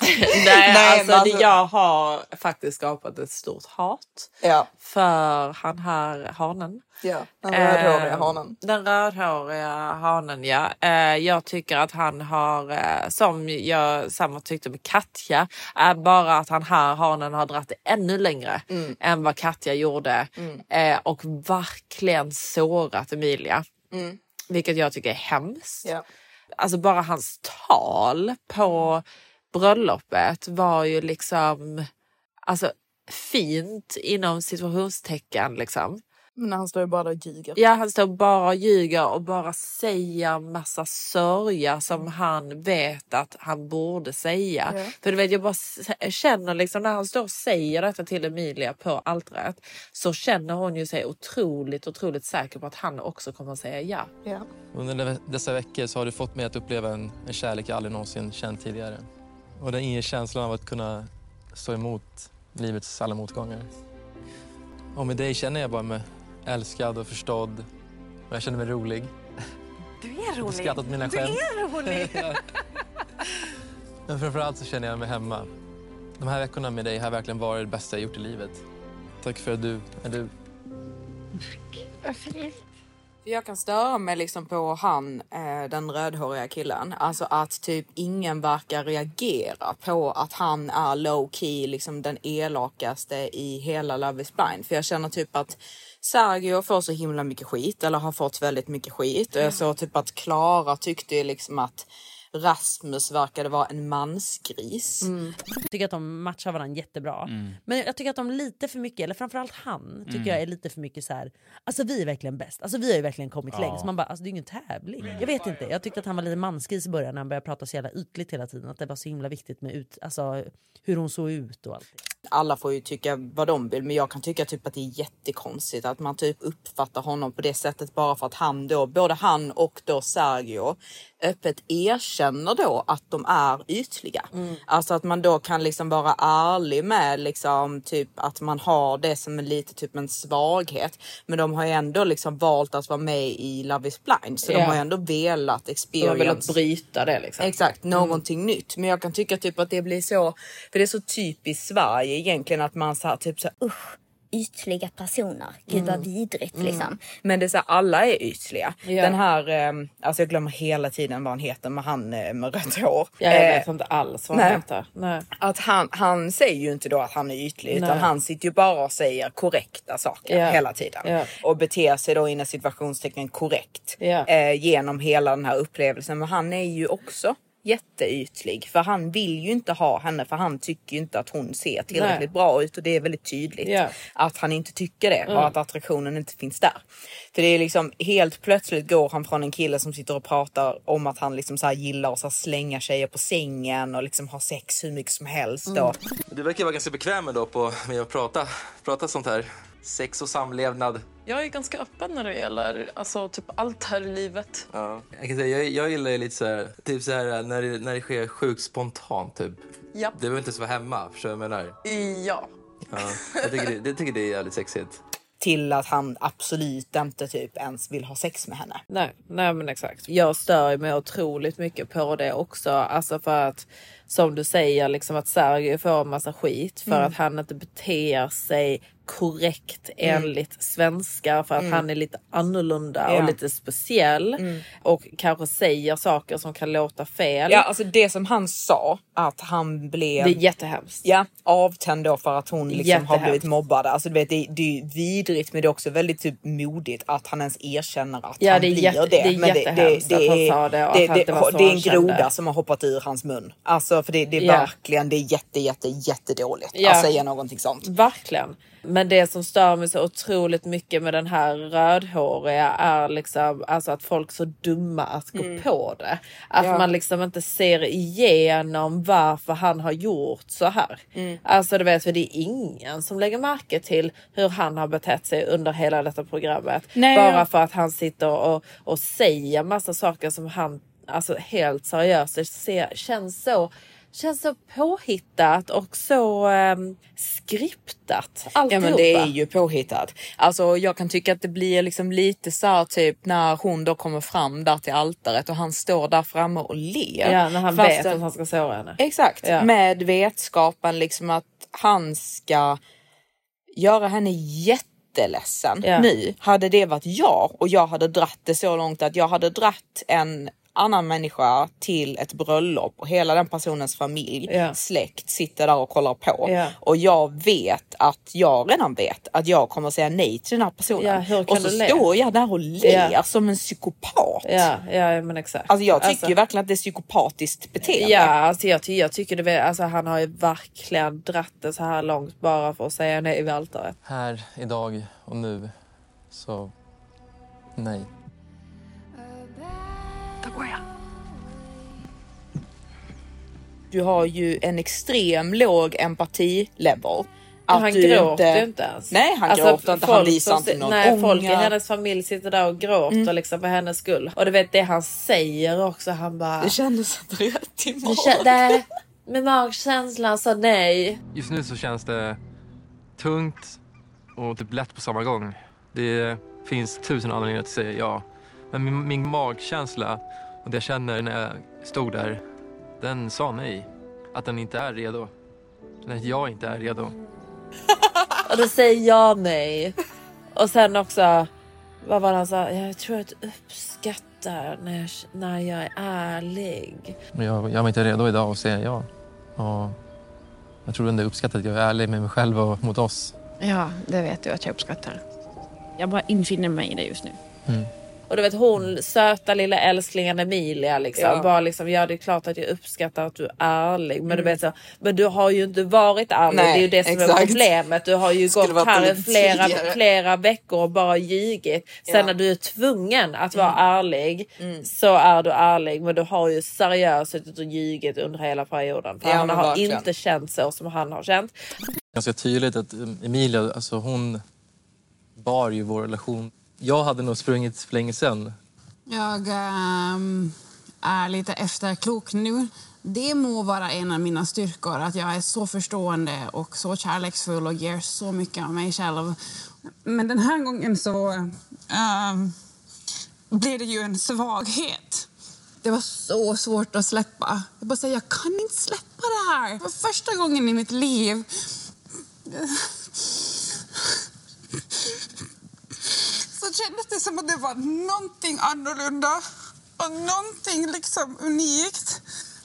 Speaker 1: nej,
Speaker 2: Nej,
Speaker 1: alltså,
Speaker 2: men alltså-
Speaker 1: det- jag har faktiskt skapat ett stort hat
Speaker 2: Ja.
Speaker 1: för han här hanen.
Speaker 2: Ja, den rödhåriga
Speaker 1: Ehm,
Speaker 2: hanen.
Speaker 1: Den rödhåriga hanen, ja. Eh, jag tycker att han har, eh, som jag samma tyckte med Katja, är bara att han här hanen har dratt det ännu längre
Speaker 2: Mm.
Speaker 1: än vad Katja gjorde
Speaker 2: Mm.
Speaker 1: eh, och verkligen sårat Emilia.
Speaker 2: Mm.
Speaker 1: Vilket jag tycker är hemskt.
Speaker 2: Ja.
Speaker 1: Alltså bara hans tal på bröllopet var ju liksom alltså fint inom situationstecken liksom.
Speaker 2: Men han står ju bara där och ljuger.
Speaker 1: Ja, han står bara och ljuger och bara säger massa sörja som han vet att han borde säga.
Speaker 2: Mm. Ja.
Speaker 1: För du vet, jag bara s- känner liksom när han står och säger detta till Emilia på altaret så känner hon ju sig otroligt, otroligt säker på att han också kommer att säga ja.
Speaker 2: Ja.
Speaker 20: Under de- dessa veckor så har du fått mig att uppleva en, en kärlek jag aldrig någonsin känt tidigare. Och den inger känslan av att kunna stå emot livets alla motgångar. Och med dig känner jag bara mig älskad och förstådd. Och jag känner mig rolig.
Speaker 5: Du är
Speaker 20: Du har skrattat mina skämt.
Speaker 5: rolig!
Speaker 20: Men framförallt så känner jag mig hemma. De här veckorna med dig har verkligen varit det bästa jag gjort i livet. Tack för att du är du.
Speaker 2: För Jag kan störa mig liksom på han, eh, den rödhåriga killen. Alltså att typ ingen verkar reagera på att han är low key, liksom den elakaste i hela Love is blind. För jag känner typ att Sergio får så himla mycket skit, eller har fått väldigt mycket skit. Och jag såg typ att Klara tyckte ju liksom att Rasmus verkade vara en mansgris.
Speaker 21: Jag tycker att de matchar varandra jättebra.
Speaker 2: Mm.
Speaker 21: Men jag tycker att de lite för mycket, eller framförallt han, tycker
Speaker 2: Mm.
Speaker 21: jag är lite för mycket så här. Alltså vi är verkligen bäst. Alltså vi har ju verkligen kommit
Speaker 22: Ja.
Speaker 21: längst. Man bara, alltså det är ju ingen tävling.
Speaker 2: Mm.
Speaker 21: Jag vet inte. Jag tyckte att han var lite mansgris i början när han började prata så jävla ytligt hela tiden. Att det var så himla viktigt med ut, alltså hur hon såg ut och allt.
Speaker 2: alla får ju tycka vad de vill, men jag kan tycka typ att det är jättekonstigt att man typ uppfattar honom på det sättet bara för att han då, både han och då Sergio öppet erkänner då att de är ytliga.
Speaker 1: Mm.
Speaker 2: Alltså att man då kan liksom vara ärlig med liksom typ att man har det som en lite typ en svaghet. Men de har ju ändå liksom valt att vara med i Love is blind, så
Speaker 1: Ja.
Speaker 2: de har ju ändå velat
Speaker 1: De har
Speaker 2: experience.
Speaker 1: velat bryta det liksom.
Speaker 2: Exakt, någonting nytt. Men jag kan tycka typ att det blir så, för det är så typiskt Sverige egentligen att man så här, typ så här, usch
Speaker 13: Ytliga personer. Gud vad vidrigt
Speaker 2: Mm.
Speaker 13: liksom.
Speaker 2: Men det är så här, alla är ytliga.
Speaker 13: Ja.
Speaker 2: Den här, ehm, alltså jag glömmer hela tiden vad han heter, men han eh, med rött hår.
Speaker 1: Ja, jag
Speaker 2: Eh,
Speaker 1: vet inte alls vad han
Speaker 2: nej.
Speaker 1: heter. Nej.
Speaker 2: Att han, han säger ju inte då att han är ytlig
Speaker 1: Nej.
Speaker 2: utan han sitter ju bara och säger korrekta saker
Speaker 1: Ja.
Speaker 2: hela tiden.
Speaker 1: Ja.
Speaker 2: Och beter sig då inom situationstecken korrekt
Speaker 1: Ja.
Speaker 2: eh, genom hela den här upplevelsen. Men han är ju också jätteytlig för han vill ju inte ha henne för han tycker ju inte att hon ser tillräckligt
Speaker 1: Nej.
Speaker 2: bra ut och det är väldigt tydligt
Speaker 1: Ja.
Speaker 2: att han inte tycker det
Speaker 1: Mm.
Speaker 2: och att attraktionen inte finns där. För det är liksom helt plötsligt går han från en kille som sitter och pratar om att han liksom så här gillar att så här slänga tjejer på sängen och liksom ha sex hur mycket som helst. Och,
Speaker 1: Mm.
Speaker 20: Du verkar vara ganska bekväm ändå på, med att prata, prata sånt här. Sex och samlevnad.
Speaker 23: Jag är ganska öppen när det gäller alltså, typ allt här i livet.
Speaker 20: Ja. Jag, kan säga, jag, jag gillar ju lite så här, typ så här när det, när det sker sjukt spontant. Typ.
Speaker 23: Ja.
Speaker 20: Det behöver inte ens vara hemma, förstår du vad jag menar?
Speaker 23: ja.
Speaker 20: Ja. Jag tycker det, det tycker det är jävligt sexigt.
Speaker 2: till att han absolut inte typ ens vill ha sex med henne.
Speaker 1: Nej, nej men exakt. Jag stör mig otroligt mycket på det också. Alltså för att som du säger liksom att Sergio får en massa skit för
Speaker 22: Mm.
Speaker 1: att han inte beter sig korrekt
Speaker 22: Mm.
Speaker 1: enligt svenskar för att
Speaker 22: Mm.
Speaker 1: han är lite annorlunda
Speaker 2: Ja.
Speaker 1: och lite speciell
Speaker 2: Mm.
Speaker 1: och kanske säger saker som kan låta fel.
Speaker 2: Ja, alltså det som han sa att han blev
Speaker 1: Det är jättehemskt.
Speaker 2: Ja, avtänd då för att hon liksom har
Speaker 1: Jättehemskt.
Speaker 2: blivit mobbad. Alltså du vet, det, det är vidrigt men det är också väldigt typ modigt att han ens erkänner att
Speaker 1: Ja,
Speaker 2: han
Speaker 1: det är
Speaker 2: blir
Speaker 1: jätte-
Speaker 2: det.
Speaker 1: det är
Speaker 2: Men
Speaker 1: jättehemskt att han sa det och att han inte var så
Speaker 2: det är en
Speaker 1: han kände.
Speaker 2: groda som har hoppat ur hans mun. Alltså för det, det är
Speaker 1: Ja.
Speaker 2: verkligen, det är jätte, jätte, jättedåligt
Speaker 1: Ja.
Speaker 2: att säga någonting sånt.
Speaker 1: Verkligen. Men det som stör mig så otroligt mycket med den här rödhåriga är liksom alltså att folk är så dumma att gå
Speaker 22: Mm.
Speaker 1: på det. Att
Speaker 22: Ja.
Speaker 1: man liksom inte ser igenom varför han har gjort så här.
Speaker 22: Mm.
Speaker 1: Alltså du vet, för det är ingen som lägger märke till hur han har betett sig under hela detta programmet.
Speaker 22: Nej,
Speaker 1: Bara
Speaker 22: ja.
Speaker 1: för att han sitter och, och säger massa saker som han alltså helt seriöst det ser, känns så känns så påhittat och så ehm, skriptat. Alltihopa.
Speaker 2: Ja men det är ju påhittat. Alltså jag kan tycka att det blir liksom lite så här typ när hon då kommer fram där till altaret och han står där framme och ler.
Speaker 1: Ja, när han
Speaker 2: Fast
Speaker 1: vet att han ska såra henne.
Speaker 2: Exakt,
Speaker 1: Ja.
Speaker 2: med vetskapen liksom att han ska göra henne jätteledsen
Speaker 1: Ja.
Speaker 2: nu. Hade det varit jag och jag hade dratt det så långt att jag hade dratt en annan människa till ett bröllop och hela den personens familj,
Speaker 1: Ja.
Speaker 2: släkt sitter där och kollar på.
Speaker 1: Ja.
Speaker 2: Och jag vet att jag redan vet att jag kommer säga nej till den här personen.
Speaker 1: Ja, hur kan
Speaker 2: och så
Speaker 1: du le?
Speaker 2: står jag där och ler
Speaker 1: Ja.
Speaker 2: som en psykopat.
Speaker 1: Ja, ja men exakt.
Speaker 2: Alltså jag tycker
Speaker 1: Alltså-
Speaker 2: ju verkligen att det är psykopatiskt beteende.
Speaker 1: Ja, alltså jag, ty- jag tycker det. väl- Alltså han har ju verkligen dratt det så här långt bara för att säga nej vid altaret.
Speaker 20: Här, idag och nu. Så nej.
Speaker 24: Då går jag.
Speaker 2: du har ju en extrem låg empati-level.
Speaker 1: Att han gråter ju inte ens.
Speaker 2: Nej, han
Speaker 1: Alltså,
Speaker 2: gråter inte. Han
Speaker 1: folk
Speaker 2: visar
Speaker 1: som
Speaker 2: inte
Speaker 1: si-
Speaker 2: någon
Speaker 1: Nej, folk i
Speaker 2: ånger.
Speaker 1: hennes familj sitter där och gråter
Speaker 2: Mm.
Speaker 1: liksom för hennes skull. Och du vet det han säger också. Han bara...
Speaker 2: Det kändes inte rätt i
Speaker 1: Det kän- Nej, Med magkänslan sa nej.
Speaker 20: Just nu så känns det tungt och typ lätt på samma gång. Det finns tusen anledningar att säga ja. Men min, min magkänsla och det jag känner när jag stod där, den sa nej. Att den inte är redo. Eller att jag inte är redo.
Speaker 1: Och då säger jag nej. Och sen också, vad var det han sa? Jag tror att du uppskattar när, jag- när jag är ärlig.
Speaker 20: Men jag, jag var inte redo idag att säga ja. Och jag tror ändå uppskattar att jag är ärlig med mig själv och mot oss.
Speaker 7: Ja, det vet du att jag uppskattar. Jag bara infinner mig i det just nu.
Speaker 1: Och du vet hon söta lilla älsklingen Emilia liksom.
Speaker 7: Ja.
Speaker 1: Bara liksom, ja det är klart att jag uppskattar att du är ärlig. Men
Speaker 7: Mm.
Speaker 1: du vet så, men du har ju inte varit ärlig.
Speaker 2: Nej,
Speaker 1: det är ju det som är
Speaker 2: exakt.
Speaker 1: problemet. Du har ju
Speaker 2: Skulle
Speaker 1: gått
Speaker 2: varit
Speaker 1: här i
Speaker 2: lite
Speaker 1: flera,
Speaker 2: tidigare.
Speaker 1: flera veckor och bara ljugit. Sen
Speaker 2: Ja. Mm.
Speaker 1: när du är tvungen att vara ärlig så är du ärlig. Men du har ju seriöst suttit och ljugit under hela perioden. För
Speaker 20: Ja,
Speaker 1: han
Speaker 20: men
Speaker 1: har
Speaker 20: verkligen.
Speaker 1: inte känt så som han har känt.
Speaker 20: ganska tydligt att eh, Emilia, alltså hon bar ju vår relation. Jag hade nog sprungit för länge sedan.
Speaker 8: Jag ehm, är lite efterklok nu. Det må vara en av mina styrkor, att jag är så förstående och så kärleksfull och ger så mycket av mig själv. Men den här gången så ehm, blev det ju en svaghet. Det var så svårt att släppa. Jag bara säger, jag kan inte släppa det här. Det var första gången i mitt liv. så kändes det som att det var någonting annorlunda och någonting liksom unikt.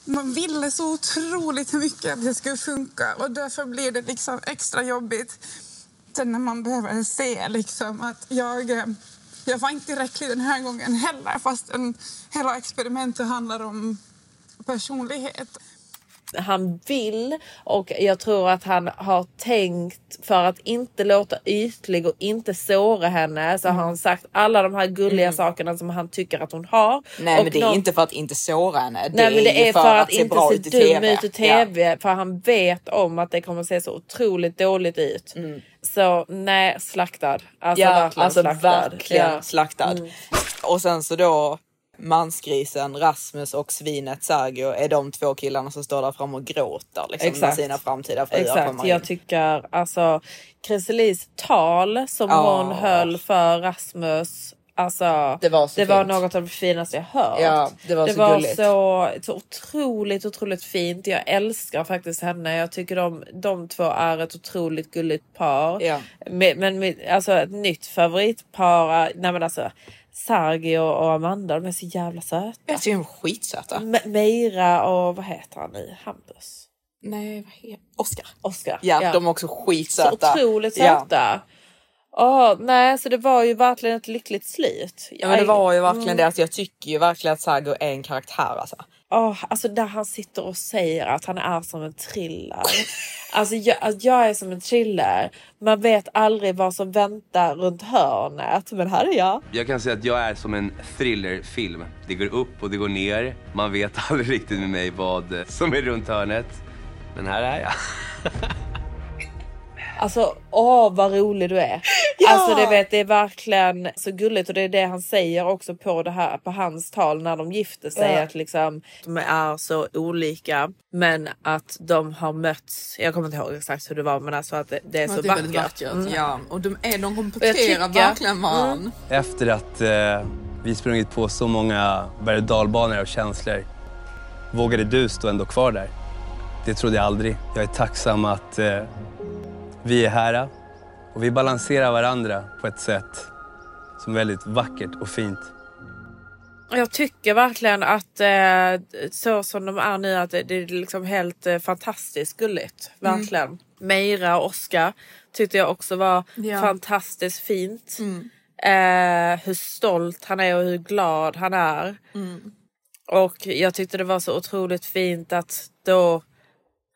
Speaker 8: Man ville så otroligt mycket att det skulle funka och därför blir det liksom extra jobbigt sen när man behöver se liksom att jag, eh, jag var inte tillräcklig den här gången heller fast hela experimentet handlar om personlighet.
Speaker 1: han vill och jag tror att han har tänkt för att inte låta ytlig och inte såra henne så
Speaker 2: Mm.
Speaker 1: har han sagt alla de här gulliga sakerna som han tycker att hon har.
Speaker 2: Nej
Speaker 1: och
Speaker 2: men det är
Speaker 1: någon-
Speaker 2: inte för att inte såra henne.
Speaker 1: Nej, men det
Speaker 2: ju
Speaker 1: är för att,
Speaker 2: se
Speaker 1: inte
Speaker 2: bra
Speaker 1: se
Speaker 2: ut i
Speaker 1: dum
Speaker 2: TV.
Speaker 1: ut i tv för han vet om att det kommer se så otroligt dåligt ut.
Speaker 2: Mm.
Speaker 1: Så nej, slaktad. Alltså
Speaker 2: ja,
Speaker 1: verkligen
Speaker 2: alltså
Speaker 1: slaktad.
Speaker 2: verkligen
Speaker 1: Ja.
Speaker 2: slaktad.
Speaker 1: Mm.
Speaker 2: Och sen så då mansgrisen Rasmus och svinet Sergio är de två killarna som står där fram och gråter liksom, när
Speaker 1: Exakt.
Speaker 2: sina framtida fruar
Speaker 1: Exakt,
Speaker 2: kommer in.
Speaker 1: jag tycker alltså Chriselis tal som
Speaker 2: Ja.
Speaker 1: hon höll för Rasmus Alltså, det var,
Speaker 2: så fint.
Speaker 1: något av det finaste jag hört.
Speaker 2: Ja, det var
Speaker 1: det
Speaker 2: så
Speaker 1: var
Speaker 2: gulligt.
Speaker 1: så, så otroligt, otroligt fint. Jag älskar faktiskt henne. Jag tycker de, de två är ett otroligt gulligt par.
Speaker 2: Ja.
Speaker 1: Men, men mitt- alltså, ett nytt favoritpar är, nej men alltså, Sergio och Amanda. De är så jävla söta.
Speaker 2: Jag tycker de är skitsöta.
Speaker 1: Me- Meira och vad heter han nu? Hampus?
Speaker 2: Nej, vad heter Oscar.
Speaker 1: Oscar.
Speaker 2: Ja, de är också skitsöta.
Speaker 1: Så otroligt
Speaker 2: Ja.
Speaker 1: söta. Ja. nej, så det var ju verkligen ett lyckligt slut.
Speaker 2: Ja, men det var ju verkligen
Speaker 1: Mm.
Speaker 2: det. Alltså, jag tycker ju verkligen att Sergio är en karaktär alltså.
Speaker 1: Åh, alltså där han sitter och säger att han är som en thriller. Alltså jag, att jag är som en thriller. Man vet aldrig vad som väntar runt hörnet. Men här är jag.
Speaker 5: Jag kan säga att jag är som en thrillerfilm. Det går upp och det går ner. Man vet aldrig riktigt med mig vad som är runt hörnet. Men här är jag.
Speaker 1: Alltså åh vad rolig du är. Ja! Alltså du vet det är verkligen så gulligt och det är det han säger också på det här på hans tal när de gifter sig
Speaker 25: Ja.
Speaker 1: att liksom de är så olika men att de har mötts. Jag kommer inte ihåg exakt hur det var men alltså att det, det är
Speaker 2: Men
Speaker 1: så
Speaker 2: det är
Speaker 1: vackert.
Speaker 2: väldigt vackert, Mm. ja. Och de, är, de
Speaker 1: Och jag
Speaker 2: kompletterar
Speaker 1: tycker-
Speaker 2: verkligen varandra.
Speaker 1: Mm.
Speaker 5: Efter att eh, vi sprungit på så många berg och dalbanor av känslor vågade du stå ändå kvar där. Det trodde jag aldrig. Jag är tacksam att eh, vi är här och vi balanserar varandra på ett sätt som är väldigt vackert och fint.
Speaker 1: Och Jag tycker verkligen att eh, så som de är nu att det, det är liksom helt eh, fantastiskt gulligt.
Speaker 2: Mm.
Speaker 1: Verkligen. Meira och Oskar tyckte jag också var
Speaker 2: Ja.
Speaker 1: fantastiskt fint.
Speaker 2: Mm.
Speaker 1: Eh, hur stolt han är och hur glad han är.
Speaker 2: Mm.
Speaker 1: Och jag tyckte det var så otroligt fint att då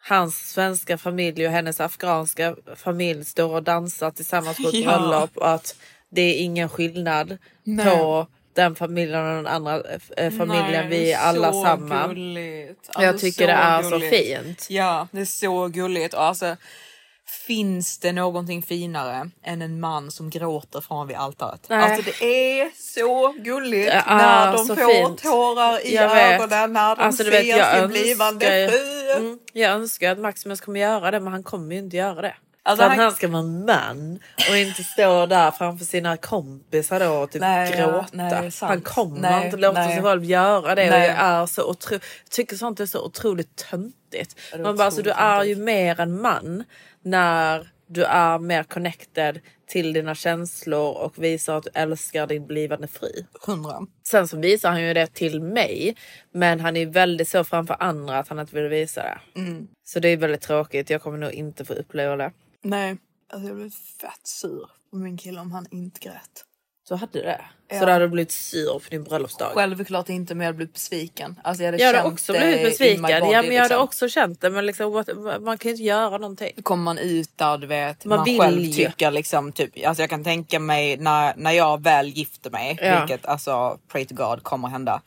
Speaker 1: hans svenska familj och hennes afghanska familj står och dansar tillsammans på ett
Speaker 2: Ja.
Speaker 1: bröllop och att det är ingen skillnad
Speaker 2: Nej.
Speaker 1: på den familjen och den andra eh, familjen.
Speaker 2: Nej,
Speaker 1: vi är alla
Speaker 2: så
Speaker 1: samma.
Speaker 2: Gulligt.
Speaker 1: Och jag
Speaker 2: Alltså,
Speaker 1: tycker det är så
Speaker 2: gulligt.
Speaker 1: fint.
Speaker 2: Ja, det är så gulligt. Och alltså, finns det någonting finare än en man som gråter fram vid altaret?
Speaker 1: Nej.
Speaker 2: Alltså, det är så gulligt
Speaker 1: Ja,
Speaker 2: när de
Speaker 1: så
Speaker 2: får
Speaker 1: fint.
Speaker 2: tårar i
Speaker 1: Jag vet.
Speaker 2: ögonen när de
Speaker 1: Alltså, du
Speaker 2: ser
Speaker 1: vet, jag
Speaker 2: sin
Speaker 1: önskar ju-
Speaker 2: blivande fru.
Speaker 1: Mm, jag önskar att Maximus kommer göra det men han kommer ju inte göra det.
Speaker 2: Alltså,
Speaker 1: För
Speaker 2: han-
Speaker 1: han... han ska vara en man och inte stå där framför sina kompisar då och typ
Speaker 2: Nej, ja,
Speaker 1: gråta.
Speaker 2: nej, det är sant.
Speaker 1: han kommer
Speaker 2: Nej,
Speaker 1: inte låta
Speaker 2: nej.
Speaker 1: sig själv göra det.
Speaker 2: Nej.
Speaker 1: Och jag är så otro... jag tycker sånt är så otroligt töntigt.
Speaker 2: Ja, det är
Speaker 1: Man bara, alltså, du
Speaker 2: otroligt
Speaker 1: är ju mer en man när du är mer connected till dina känslor och visar att du älskar din blivande fru.
Speaker 2: Hundra.
Speaker 1: Sen så visar han ju det till mig, men han är väldigt så framför andra att han inte vill visa det.
Speaker 2: Mm.
Speaker 1: Så det är väldigt tråkigt. Jag kommer nog inte få uppleva det.
Speaker 2: Nej, alltså, jag blev fett sur på min kille om han inte grät.
Speaker 1: Så hade det.
Speaker 2: Ja.
Speaker 1: Så då hade du blivit sur för din bröllopsdag.
Speaker 2: Självklart inte, men jag blev besviken. Alltså, jag hade
Speaker 1: jag hade
Speaker 2: känt
Speaker 1: också
Speaker 2: det
Speaker 1: blivit
Speaker 2: in my
Speaker 1: besviken.
Speaker 2: body,
Speaker 1: ja, men jag hade
Speaker 2: liksom.
Speaker 1: också känt det. Men liksom, what, man kan ju inte göra någonting.
Speaker 2: kommer man ut där du vet. Man,
Speaker 1: Man vill
Speaker 2: själv
Speaker 1: ju.
Speaker 2: tycker liksom typ. Alltså jag kan tänka mig när, när jag väl gifter mig,
Speaker 1: Ja.
Speaker 2: vilket alltså pray to god kommer hända.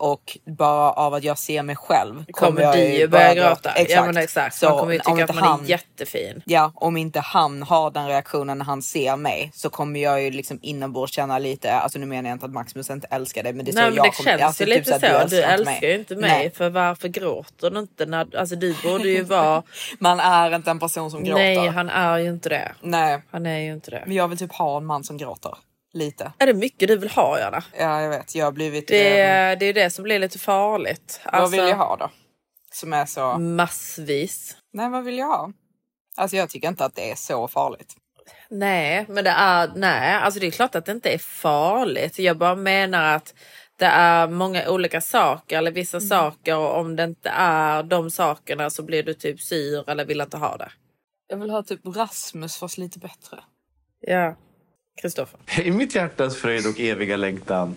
Speaker 2: Och bara av att jag ser mig själv
Speaker 1: Kommer
Speaker 2: jag
Speaker 1: du ju börja gråta. Ja, men exakt. Man kommer ju
Speaker 2: om
Speaker 1: tycka
Speaker 2: inte
Speaker 1: att man är jättefin.
Speaker 2: Ja, om inte han har den reaktionen när han ser mig så kommer jag ju liksom inombords känna lite, alltså nu menar jag inte att Maximus inte älskar dig men det är så
Speaker 1: Nej, men
Speaker 2: jag
Speaker 1: det
Speaker 2: kommer,
Speaker 1: känns
Speaker 2: alltså,
Speaker 1: ju lite
Speaker 2: typ
Speaker 1: så.
Speaker 2: här,
Speaker 1: Du älskar ju inte mig.
Speaker 2: Nej.
Speaker 1: För varför gråter du inte? När, alltså du borde ju vara...
Speaker 2: Man är inte en person som gråter.
Speaker 1: Nej, han är ju inte det.
Speaker 2: Nej.
Speaker 1: Han är ju inte det.
Speaker 2: Men jag vill typ ha en man som gråter. Lite.
Speaker 1: Är det mycket du vill ha Johanna?
Speaker 2: Ja jag vet, jag har blivit...
Speaker 1: Det,
Speaker 2: eh,
Speaker 1: det är det som blir lite farligt. Alltså,
Speaker 2: Vad vill jag ha då? Som är så...
Speaker 1: Mm. Massvis.
Speaker 2: Nej vad vill jag ha? Alltså jag tycker inte att det är så farligt.
Speaker 1: Nej, men det är, nej, alltså det är klart att det inte är farligt. Jag bara menar att det är många olika saker eller vissa
Speaker 2: Mm.
Speaker 1: saker och om det inte är de sakerna så blir du typ sur eller vill inte ha det.
Speaker 2: Jag vill ha typ Rasmus fast lite bättre.
Speaker 1: Ja. Kristoffer.
Speaker 3: I mitt hjärtas fröjd och eviga längtan.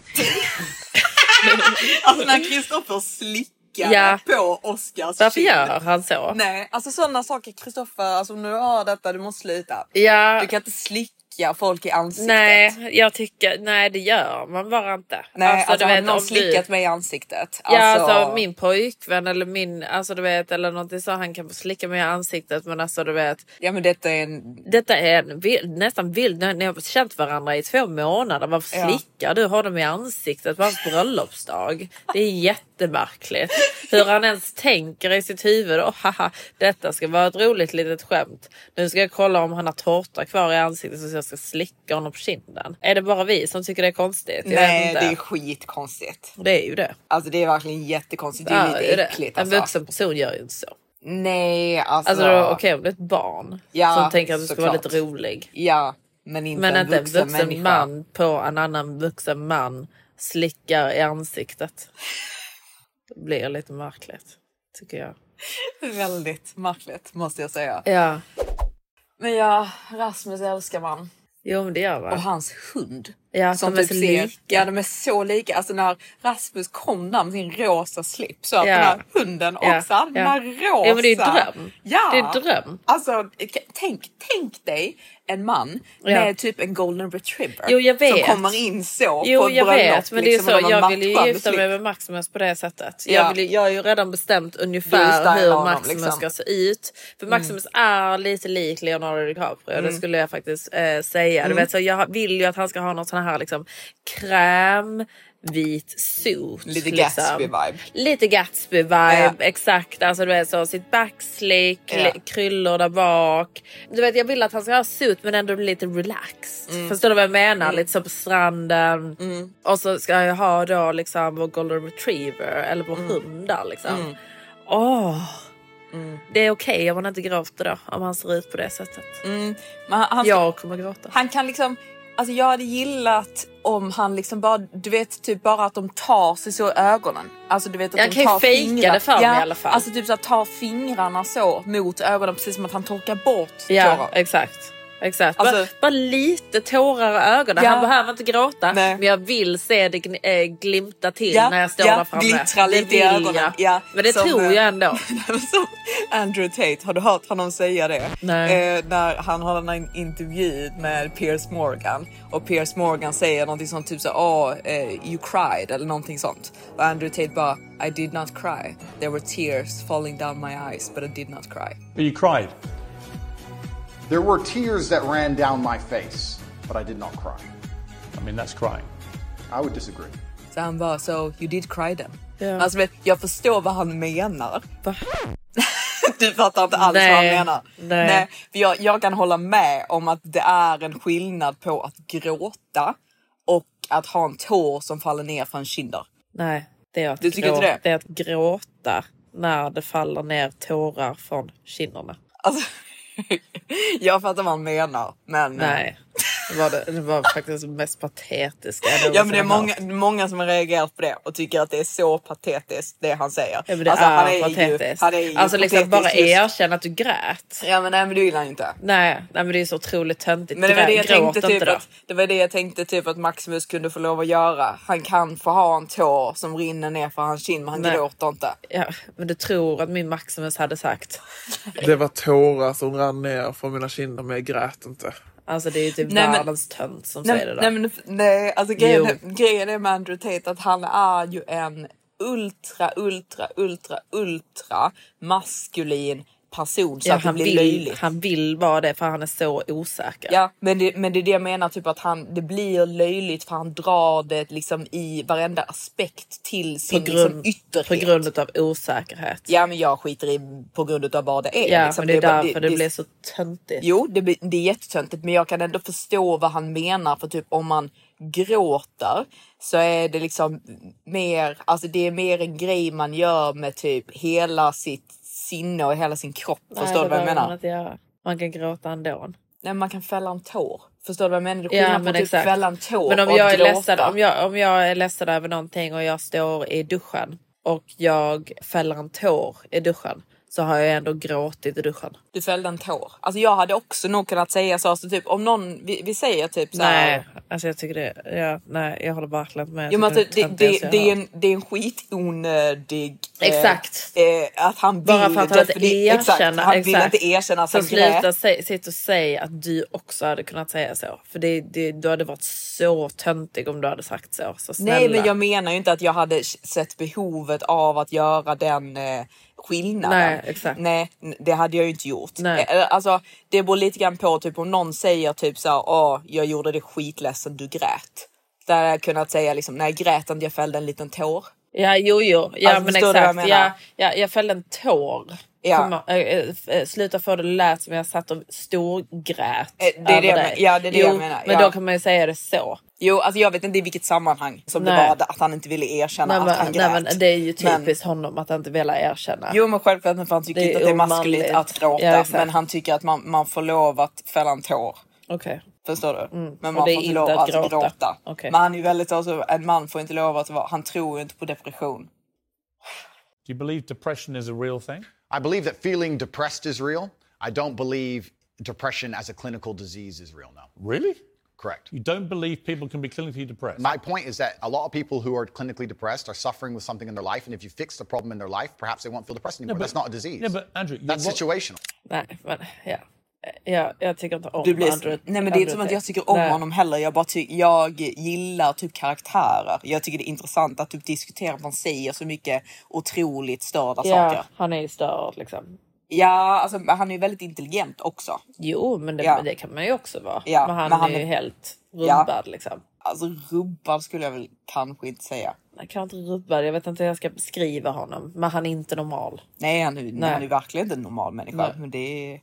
Speaker 2: alltså när Kristoffer slickar
Speaker 1: Ja.
Speaker 2: på Oscars
Speaker 1: Varför
Speaker 2: kind.
Speaker 1: gör han så?
Speaker 2: Nej, alltså sådana saker Kristoffer, alltså om du har detta du måste sluta.
Speaker 1: Ja.
Speaker 2: Du kan inte slicka folk i ansiktet.
Speaker 1: Nej, jag tycker nej det gör man bara inte.
Speaker 2: Nej, alltså,
Speaker 1: du
Speaker 2: hade
Speaker 1: vet,
Speaker 2: någon
Speaker 1: om du-
Speaker 2: slickat mig i ansiktet.
Speaker 1: Ja, alltså min pojkvän eller min, alltså du vet, eller någonting så han kan få slicka mig i ansiktet men alltså du vet.
Speaker 2: Ja men detta är en...
Speaker 1: Detta är en vild, nästan vild, ni ni har känt varandra i två månader, varför
Speaker 2: Ja.
Speaker 1: slickar du har dem i ansiktet på hans bröllopsdag? Det är jättemärkligt. Hur han ens tänker i sitt huvud, oh, haha, detta ska vara ett roligt litet skämt. Nu ska jag kolla om han har tårta kvar i ansiktet så jag ska slicka honom på kinden. Är det bara vi som tycker det är konstigt? Jag vet
Speaker 2: Nej,
Speaker 1: inte.
Speaker 2: det är skitkonstigt.
Speaker 1: Det är ju det.
Speaker 2: Alltså det är verkligen jättekonstigt. Det är
Speaker 1: Ja,
Speaker 2: lite
Speaker 1: det.
Speaker 2: äckligt
Speaker 1: En
Speaker 2: alltså.
Speaker 1: vuxen person gör ju inte så.
Speaker 2: Nej, alltså.
Speaker 1: Alltså, det var okej om det är ett barn
Speaker 2: Ja,
Speaker 1: som tänker att du ska vara
Speaker 2: såklart.
Speaker 1: lite rolig.
Speaker 2: Ja, men inte
Speaker 1: Men
Speaker 2: en
Speaker 1: att en
Speaker 2: vuxen
Speaker 1: vuxen,
Speaker 2: människa.
Speaker 1: man på en annan vuxen man slickar i ansiktet. Det blir lite märkligt tycker jag.
Speaker 2: Väldigt märkligt måste jag säga.
Speaker 1: Ja,
Speaker 2: Men ja, Rasmus älskar man.
Speaker 1: jo men det gör man.
Speaker 2: Och hans hund.
Speaker 1: Ja,
Speaker 2: som
Speaker 1: de är
Speaker 2: typ
Speaker 1: så
Speaker 2: ser-
Speaker 1: lika.
Speaker 2: Ja, de är så lika. Alltså när Rasmus kom där med sin rosa slips så att
Speaker 1: Ja.
Speaker 2: den här hunden
Speaker 1: Ja,
Speaker 2: också hade den
Speaker 1: ja.
Speaker 2: här rosa.
Speaker 1: Ja, men det är ju dröm.
Speaker 2: Ja.
Speaker 1: Det är dröm.
Speaker 2: Alltså k- tänk, tänk dig en man
Speaker 1: Ja.
Speaker 2: med typ en golden retriever
Speaker 1: Jo, jag vet.
Speaker 2: som kommer in så
Speaker 1: Jo,
Speaker 2: på ett
Speaker 1: jag
Speaker 2: bröllop.
Speaker 1: vet. Men det är
Speaker 2: liksom,
Speaker 1: så.
Speaker 2: och de har
Speaker 1: Jag vill ju
Speaker 2: matchande
Speaker 1: gifta mig
Speaker 2: slips.
Speaker 1: med Maximus på det sättet.
Speaker 2: liksom. Ja.
Speaker 1: Jag, vill ju, jag har ju redan bestämt
Speaker 2: Du stylar
Speaker 1: ungefär hur
Speaker 2: honom,
Speaker 1: Maximus
Speaker 2: liksom.
Speaker 1: ska se ut. För
Speaker 2: Mm.
Speaker 1: Maximus är lite lik Leonardo DiCaprio.
Speaker 2: Mm.
Speaker 1: Det skulle jag faktiskt eh, säga.
Speaker 2: Mm.
Speaker 1: Du vet, så jag vill ju att han ska ha någon sån här liksom, kräm, vit suit.
Speaker 2: Lite
Speaker 1: liksom.
Speaker 2: Gatsby-vibe.
Speaker 1: Lite Gatsby-vibe. Exakt. Alltså du vet så sitt backslick,
Speaker 2: Ja.
Speaker 1: li- kryllor där bak. Du vet jag vill att han ska ha suit men ändå bli lite relaxed.
Speaker 2: Mm.
Speaker 1: Förstår du vad jag menar?
Speaker 2: Mm.
Speaker 1: Lite så på stranden.
Speaker 2: Mm.
Speaker 1: Och så ska jag ha då liksom vår golden retriever eller vår hund där liksom.
Speaker 2: Mm.
Speaker 1: Åh! Det är okej om han inte gråter då, om han ser ut på det sättet.
Speaker 2: Mm. Men han, han
Speaker 1: jag kommer gråta.
Speaker 2: Han kan liksom, alltså jag hade gillat om han liksom bara, du vet typ bara att de tar sig så i ögonen. Alltså du vet att
Speaker 1: Han
Speaker 2: de
Speaker 1: kan ju
Speaker 2: tar
Speaker 1: fejka
Speaker 2: fingrar-
Speaker 1: det för mig
Speaker 2: ja,
Speaker 1: i alla fall.
Speaker 2: Alltså typ så att ta fingrarna så mot ögonen precis som att han torkar bort
Speaker 1: Ja,
Speaker 2: tårar.
Speaker 1: exakt. exakt.
Speaker 2: Alltså-
Speaker 1: bara, bara lite tårar i ögonen.
Speaker 2: Ja.
Speaker 1: Han behöver inte gråta men jag vill se det gn- eh, glimta till
Speaker 2: Ja,
Speaker 1: när jag står
Speaker 2: ja,
Speaker 1: där framme.
Speaker 2: glittra
Speaker 1: Det
Speaker 2: lite i
Speaker 1: vill
Speaker 2: ögonen.
Speaker 1: jag.
Speaker 2: Ja,
Speaker 1: Men det
Speaker 2: som,
Speaker 1: tror
Speaker 2: eh,
Speaker 1: jag ändå.
Speaker 2: som Andrew Tate, har du hört honom säga det?
Speaker 1: Nej.
Speaker 2: Eh, när han har en intervju med Piers Morgan och Piers Morgan säger någonting sånt typ så oh, you cried eller någonting sånt. Och Andrew Tate bara I did not cry. There were tears falling down my eyes but I did not cry.
Speaker 6: But you cried. There were tears that ran down my face, but I did not cry. I mean, that's crying. I would disagree.
Speaker 2: Så han bara so you did cry then. Alltså vet, jag förstår vad han menar. du fattar inte alls vad han
Speaker 1: Nej,
Speaker 2: menar.
Speaker 1: nej.
Speaker 2: för jag, jag kan hålla med om att det är en skillnad på att gråta och att ha en tår som faller ner från kinder.
Speaker 1: Nej, det är att,
Speaker 2: Du tycker
Speaker 1: grå-
Speaker 2: inte det?
Speaker 1: det är att gråta när det faller ner tårar från kinderna.
Speaker 2: Alltså, Jag fattar vad han menar men... eh,
Speaker 1: Nej. Det var, det, det var faktiskt det mest patetiska jag
Speaker 2: Ja men det är
Speaker 1: någonsin har
Speaker 2: många,
Speaker 1: hört.
Speaker 2: många som har reagerat på det och tycker att det är så patetiskt det han säger.
Speaker 1: Ja, men det
Speaker 2: Alltså,
Speaker 1: är,
Speaker 2: han ju-
Speaker 1: patetiskt.
Speaker 2: han är ju
Speaker 1: alltså liksom
Speaker 2: patetisk
Speaker 1: bara
Speaker 2: just-
Speaker 1: erkänna att du grät.
Speaker 2: Ja men nej men det gillar han ju inte.
Speaker 1: Nej, nej men det är så otroligt töntigt.
Speaker 2: Men det var
Speaker 1: Grä-
Speaker 2: det jag
Speaker 1: gråt
Speaker 2: tänkte typ
Speaker 1: inte då.
Speaker 2: att, det var det jag tänkte typ att Maximus kunde få lov att göra. Han kan få ha en tår som rinner ner för hans kind men han
Speaker 1: Nej.
Speaker 2: gråter inte.
Speaker 1: Ja, men du tror att min Maximus hade sagt.
Speaker 9: Det var tårar som rann ner från mina kinder men jag grät inte.
Speaker 1: Alltså det är ju typ
Speaker 2: Nej, men-
Speaker 1: världens tönt som
Speaker 2: Nej,
Speaker 1: säger det då.
Speaker 2: nej, men, nej alltså grejen,
Speaker 1: Jo.
Speaker 2: grejen är med Andrew Tate att han är ju en ultra, ultra, ultra, ultra maskulin person så
Speaker 1: ja,
Speaker 2: att det
Speaker 1: han,
Speaker 2: blir
Speaker 1: vill,
Speaker 2: löjligt.
Speaker 1: han vill vara det för han är så osäker.
Speaker 2: Ja, men det, men det är det jag menar, typ att han, det blir löjligt för han drar det liksom i varenda aspekt till
Speaker 1: på
Speaker 2: sin
Speaker 1: grund,
Speaker 2: liksom, ytterhet.
Speaker 1: på grund av osäkerhet.
Speaker 2: Ja men jag skiter i på grund av vad det är.
Speaker 1: Ja,
Speaker 2: liksom.
Speaker 1: men det är
Speaker 2: bara-
Speaker 1: därför det, blir så töntigt.
Speaker 2: Jo, det, blir- det är jättetöntigt men jag kan ändå förstå vad han menar för typ om man gråter så är det liksom mer, alltså det är mer en grej man gör med typ hela sitt sinne och hela sin kropp.
Speaker 1: Nej,
Speaker 2: förstår
Speaker 1: det
Speaker 2: du vad jag
Speaker 1: behöver Man,
Speaker 2: menar?
Speaker 1: inte göra. man kan gråta ändå.
Speaker 2: Nej, man kan fälla en tår. Förstår du vad jag menar? Det är
Speaker 1: Ja,
Speaker 2: skillnad på
Speaker 1: men
Speaker 2: typ
Speaker 1: exakt.
Speaker 2: fälla en tår
Speaker 1: men om
Speaker 2: och
Speaker 1: jag, är
Speaker 2: gråta.
Speaker 1: ledsen, om, jag, om jag är ledsen över någonting och jag står i duschen och jag fäller en tår i duschen så har jag ändå gråtit i duschen.
Speaker 2: Du fällde en tår. Alltså jag hade också nog kunnat säga så, alltså typ om någon, vi, vi säger typ så här.
Speaker 1: Nej, alltså jag tycker det. Ja, nej, jag håller verkligen inte med.
Speaker 2: Jo, men
Speaker 1: Jag tycker
Speaker 2: alltså, det,
Speaker 1: är töntigaste
Speaker 2: det,
Speaker 1: jag
Speaker 2: det, är
Speaker 1: hört.
Speaker 2: en, det är en skitonödig...
Speaker 1: Exakt.
Speaker 2: Eh, att han vill
Speaker 1: Bara för att han inte
Speaker 2: defini-
Speaker 1: erkänner.
Speaker 2: Exakt, han vill inte erkänna att
Speaker 1: så
Speaker 2: han
Speaker 1: sluta
Speaker 2: grät.
Speaker 1: sä- sitta och säga att du också hade kunnat säga så. För det, det, du hade varit så töntig om du hade sagt så. så snälla.
Speaker 2: Nej, men jag menar ju inte att jag hade sett behovet av att göra den eh, skillnaden.
Speaker 1: Nej, exakt.
Speaker 2: Nej, n- det hade jag ju inte gjort.
Speaker 1: Nej.
Speaker 2: Eh, Alltså, det beror lite grann på typ om någon säger typ så här, "Åh, jag gjorde det skitledsen, du grät. Där hade jag kunnat säga liksom, nej, jag grät inte, jag fällde en liten tår.
Speaker 1: Ja, jo, jo. Ja,
Speaker 2: Alltså,
Speaker 1: men
Speaker 2: förstår du vad jag
Speaker 1: exakt.
Speaker 2: menar?
Speaker 1: ja, ja, jag fällde en tår.
Speaker 2: Ja.
Speaker 1: Komma- äh, äh, äh, sluta få det lät som jag satt och storgrät
Speaker 2: Eh, det är
Speaker 1: över
Speaker 2: det jag
Speaker 1: dig.
Speaker 2: men- ja, det är det
Speaker 1: jo,
Speaker 2: jag menar,
Speaker 1: Men
Speaker 2: ja.
Speaker 1: då kan man ju säga det så.
Speaker 2: Jo, alltså jag vet inte i vilket sammanhang som det
Speaker 1: Nej.
Speaker 2: var det, att han inte ville erkänna
Speaker 1: Nej,
Speaker 2: att han
Speaker 1: men,
Speaker 2: grät.
Speaker 1: nej, men det är ju
Speaker 2: Men-
Speaker 1: typiskt honom att inte vilja erkänna.
Speaker 2: Jo men självklart för han tycker
Speaker 1: Det är
Speaker 2: inte att det är
Speaker 1: omanligt.
Speaker 2: maskulint att gråta
Speaker 1: Ja, exakt.
Speaker 2: men han tycker att man, man får lov att fälla en tår.
Speaker 1: Okej.
Speaker 2: Förstår du? Men
Speaker 1: Mm. och
Speaker 2: man
Speaker 1: det är
Speaker 2: får inte
Speaker 1: inte
Speaker 2: lov
Speaker 1: att
Speaker 2: att gråta.
Speaker 1: gråta. Okej.
Speaker 2: Men han är ju väldigt, alltså, en man får inte lov att vara, han tror ju inte på depression.
Speaker 10: Do you believe depression is a real thing? I believe that feeling depressed is real. I don't believe depression as a clinical disease is real, no. Really?
Speaker 26: Correct.
Speaker 10: You don't believe people can be clinically depressed.
Speaker 26: My point is that a lot of people who are clinically depressed are suffering with something in their life, and if you fix the problem in their life, perhaps they won't feel depressed anymore.
Speaker 10: but-
Speaker 26: That's not a disease.
Speaker 10: Yeah, but Andrew, you're
Speaker 26: That's
Speaker 10: wrong-
Speaker 26: situational.
Speaker 1: Nej, men ja. ja. Jag tycker inte om
Speaker 2: Du blir,
Speaker 1: Andrew-
Speaker 2: nej men det är
Speaker 1: Andrew
Speaker 2: inte som att
Speaker 1: Tate.
Speaker 2: jag tycker om
Speaker 1: Nej.
Speaker 2: honom heller. Jag bara tycker, jag gillar typ karaktärer. Jag tycker det är intressant att typ diskutera att man säger så mycket otroligt störda
Speaker 1: Ja,
Speaker 2: saker.
Speaker 1: han är ju störd liksom.
Speaker 2: Ja, alltså men han är ju väldigt intelligent också.
Speaker 1: Jo, men det,
Speaker 2: Ja.
Speaker 1: men det kan man ju också vara.
Speaker 2: Ja,
Speaker 1: men, han är ju helt
Speaker 2: Ja.
Speaker 1: rubbad liksom.
Speaker 2: Alltså rubbad skulle jag väl kanske inte säga.
Speaker 1: Jag kan inte rubbad, jag vet inte hur jag ska beskriva honom. Men han är inte normal.
Speaker 2: Nej, han är,
Speaker 1: Nej.
Speaker 2: Han är verkligen inte en normal människa.
Speaker 1: Nej.
Speaker 2: Men det är,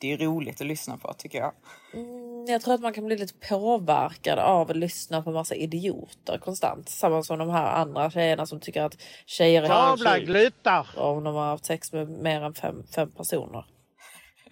Speaker 2: det är roligt att lyssna på tycker jag.
Speaker 1: Mm, Jag tror att man kan bli lite påverkad av att lyssna på massa idioter konstant. Samma som de här andra tjejerna som tycker att tjejer är
Speaker 11: Tavla
Speaker 1: avundsjuka Om de har haft sex med mer än fem, fem personer.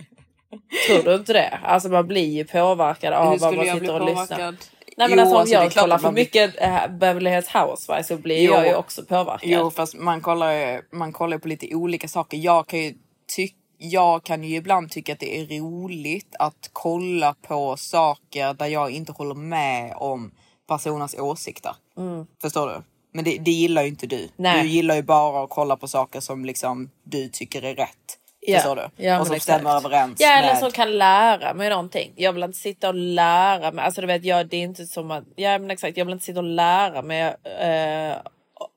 Speaker 1: Tror du inte det? Alltså man blir ju påverkad av
Speaker 2: Hur
Speaker 1: vad
Speaker 2: skulle
Speaker 1: man
Speaker 2: jag bli
Speaker 1: sitter och lyssnar.
Speaker 2: påverkad?
Speaker 1: Nej men
Speaker 2: Jo,
Speaker 1: alltså om
Speaker 2: alltså, det är
Speaker 1: jag
Speaker 2: klart
Speaker 1: kollar
Speaker 2: att
Speaker 1: för
Speaker 2: man blir-
Speaker 1: mycket äh, Beverly Hills Housewives så blir jag ju också påverkad.
Speaker 2: Jo, fast man kollar, ju- man kollar ju på lite olika saker. Jag kan ju tycka jag kan ju ibland tycka att det är roligt att kolla på saker där jag inte håller med om personers åsikter.
Speaker 1: Mm.
Speaker 2: Förstår du? Men det, det gillar ju inte du.
Speaker 1: Nej.
Speaker 2: Du gillar ju bara att kolla på saker som liksom du tycker är rätt.
Speaker 1: Ja.
Speaker 2: Förstår du?
Speaker 1: Ja, men
Speaker 2: och som
Speaker 1: exakt.
Speaker 2: stämmer överens
Speaker 1: Ja, eller
Speaker 2: med...
Speaker 1: som kan lära mig någonting. Jag vill inte sitta och lära mig. Alltså du vet, jag, det är inte som att... Ja, men exakt. Jag vill inte sitta och lära mig eh,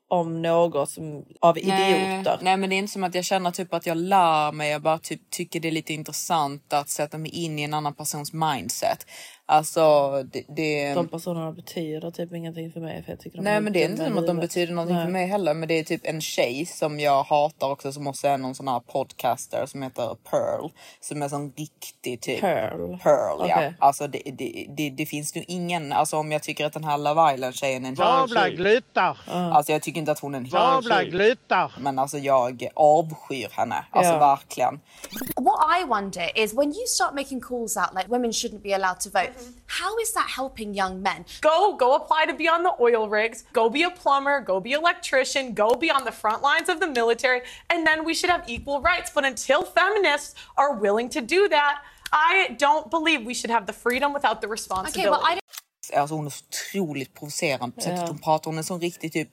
Speaker 1: om något som, av idioter.
Speaker 2: Nej, nej men det är inte som att jag känner typ att jag lär mig. Jag bara typ tycker det är lite intressant att sätta mig in i en annan persons mindset. Alltså det... det...
Speaker 1: De personerna betyder typ ingenting för mig. För jag tycker de
Speaker 2: Nej men det är inte
Speaker 1: dumma i
Speaker 2: som att de
Speaker 1: huvudet.
Speaker 2: betyder någonting
Speaker 1: Nej.
Speaker 2: för mig heller. Men det är typ en tjej som jag hatar också som också är någon sån här podcaster som heter Pearl. Som är sån riktig typ.
Speaker 1: Pearl?
Speaker 2: Pearl ja.
Speaker 1: Okej.
Speaker 2: Alltså det, det, det, det finns nog ingen, alltså om jag tycker att den här Love Island tjejen är en
Speaker 11: Jävla
Speaker 2: glutar! Alltså jag tycker inte att hon är en
Speaker 11: Jävla
Speaker 2: glutar! Men alltså jag avskyr henne. Alltså
Speaker 14: Ja.
Speaker 2: verkligen.
Speaker 14: What I wonder is when you start making calls out like women shouldn't be allowed to vote, how is that helping young men?
Speaker 27: Go, go apply to be on the oil rigs. Go be a plumber. Go be electrician. Go be on the front lines of the military. And then we should have equal rights. But until feminists are willing to do that, I don't believe we should have the freedom without the responsibility.
Speaker 2: Alltså hon är så otroligt provocerande på sättet
Speaker 27: Ja.
Speaker 2: hon pratar. Hon är en sån riktig typ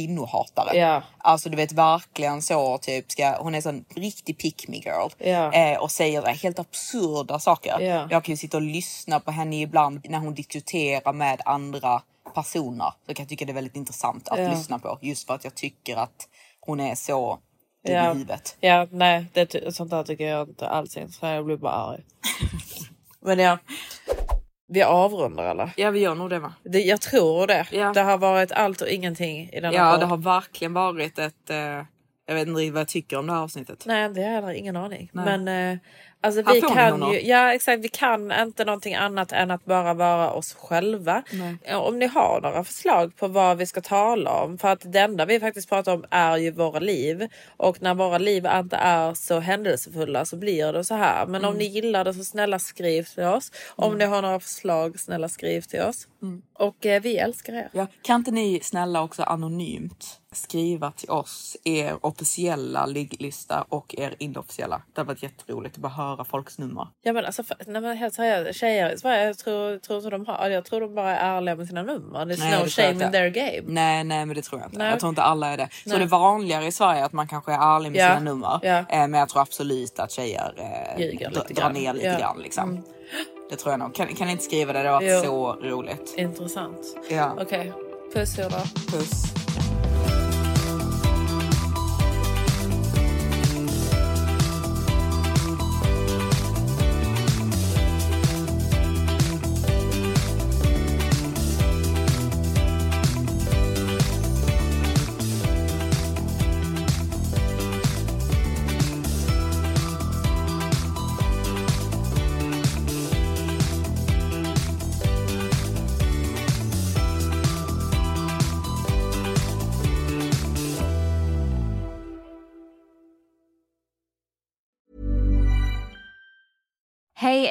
Speaker 2: kvinnohatare.
Speaker 1: Ja.
Speaker 2: Alltså du vet verkligen så typ ska, hon är en sån riktig pick me girl.
Speaker 1: Ja.
Speaker 2: Eh, och säger så här helt absurda saker.
Speaker 1: Ja.
Speaker 2: Jag kan ju sitta och lyssna på henne ibland när hon diskuterar med andra personer. Så kan jag tycka det är väldigt intressant att
Speaker 1: Ja.
Speaker 2: lyssna på. Just för att jag tycker att hon är så dum i
Speaker 1: Ja.
Speaker 2: huvudet.
Speaker 1: Ja, nej. Det, ty- sånt där tycker jag inte alls är intressant. Jag blir bara arg. men ja. Vi avrundar eller?
Speaker 2: Ja vi gör nog det va?
Speaker 1: Det, jag tror det. Det har varit allt och ingenting i denna
Speaker 2: Ja
Speaker 1: podd.
Speaker 2: det har verkligen varit ett... Eh, jag vet inte riktigt vad jag tycker om det här avsnittet.
Speaker 1: Nej, det har jag ingen aning.
Speaker 2: Nej.
Speaker 1: Men eh, alltså,
Speaker 2: Här
Speaker 1: vi
Speaker 2: får ni
Speaker 1: kan
Speaker 2: honom.
Speaker 1: ju, ja, exakt, vi kan inte någonting annat än att bara vara oss själva.
Speaker 2: Nej.
Speaker 1: Eh, Om ni har några förslag på vad vi ska tala om. För att det enda vi faktiskt pratar om är ju våra liv. Och när våra liv inte är så händelsefulla så blir det så här. Men om
Speaker 2: Mm.
Speaker 1: ni gillar det så snälla skriv till oss. Om
Speaker 2: Mm.
Speaker 1: ni har några förslag snälla skriv till oss. Och eh, vi älskar er.
Speaker 2: Ja, kan inte ni snälla också anonymt skriva till oss er officiella ligglista och er inofficiella? Det hade varit jätteroligt att bara höra folks nummer.
Speaker 1: Ja men alltså för, nej, men helt seriöst, tjejer i Sverige jag tror, tror inte de har, jag tror de bara är ärliga med sina nummer. There's
Speaker 2: Nej,
Speaker 1: no
Speaker 2: det tror jag
Speaker 1: shame in
Speaker 2: inte.
Speaker 1: their game.
Speaker 2: Nej, nej, men det tror jag inte.
Speaker 1: Nej.
Speaker 2: Jag tror inte alla är det. Så
Speaker 1: Nej.
Speaker 2: det är vanligare i Sverige att man kanske är ärlig med
Speaker 1: Ja.
Speaker 2: sina nummer.
Speaker 1: Ja.
Speaker 2: Eh, Men jag tror absolut att tjejer eh,
Speaker 1: Ljuger
Speaker 2: dra-
Speaker 1: lite
Speaker 2: drar
Speaker 1: grann.
Speaker 2: ner lite
Speaker 1: Ja.
Speaker 2: grann. Liksom.
Speaker 1: Mm.
Speaker 2: Det tror jag nog. Kan, kan ni inte skriva det? Det har
Speaker 1: Jo.
Speaker 2: varit så roligt.
Speaker 1: Intressant.
Speaker 2: Ja.
Speaker 1: Okej, puss Ola.
Speaker 2: Puss.
Speaker 28: Hey,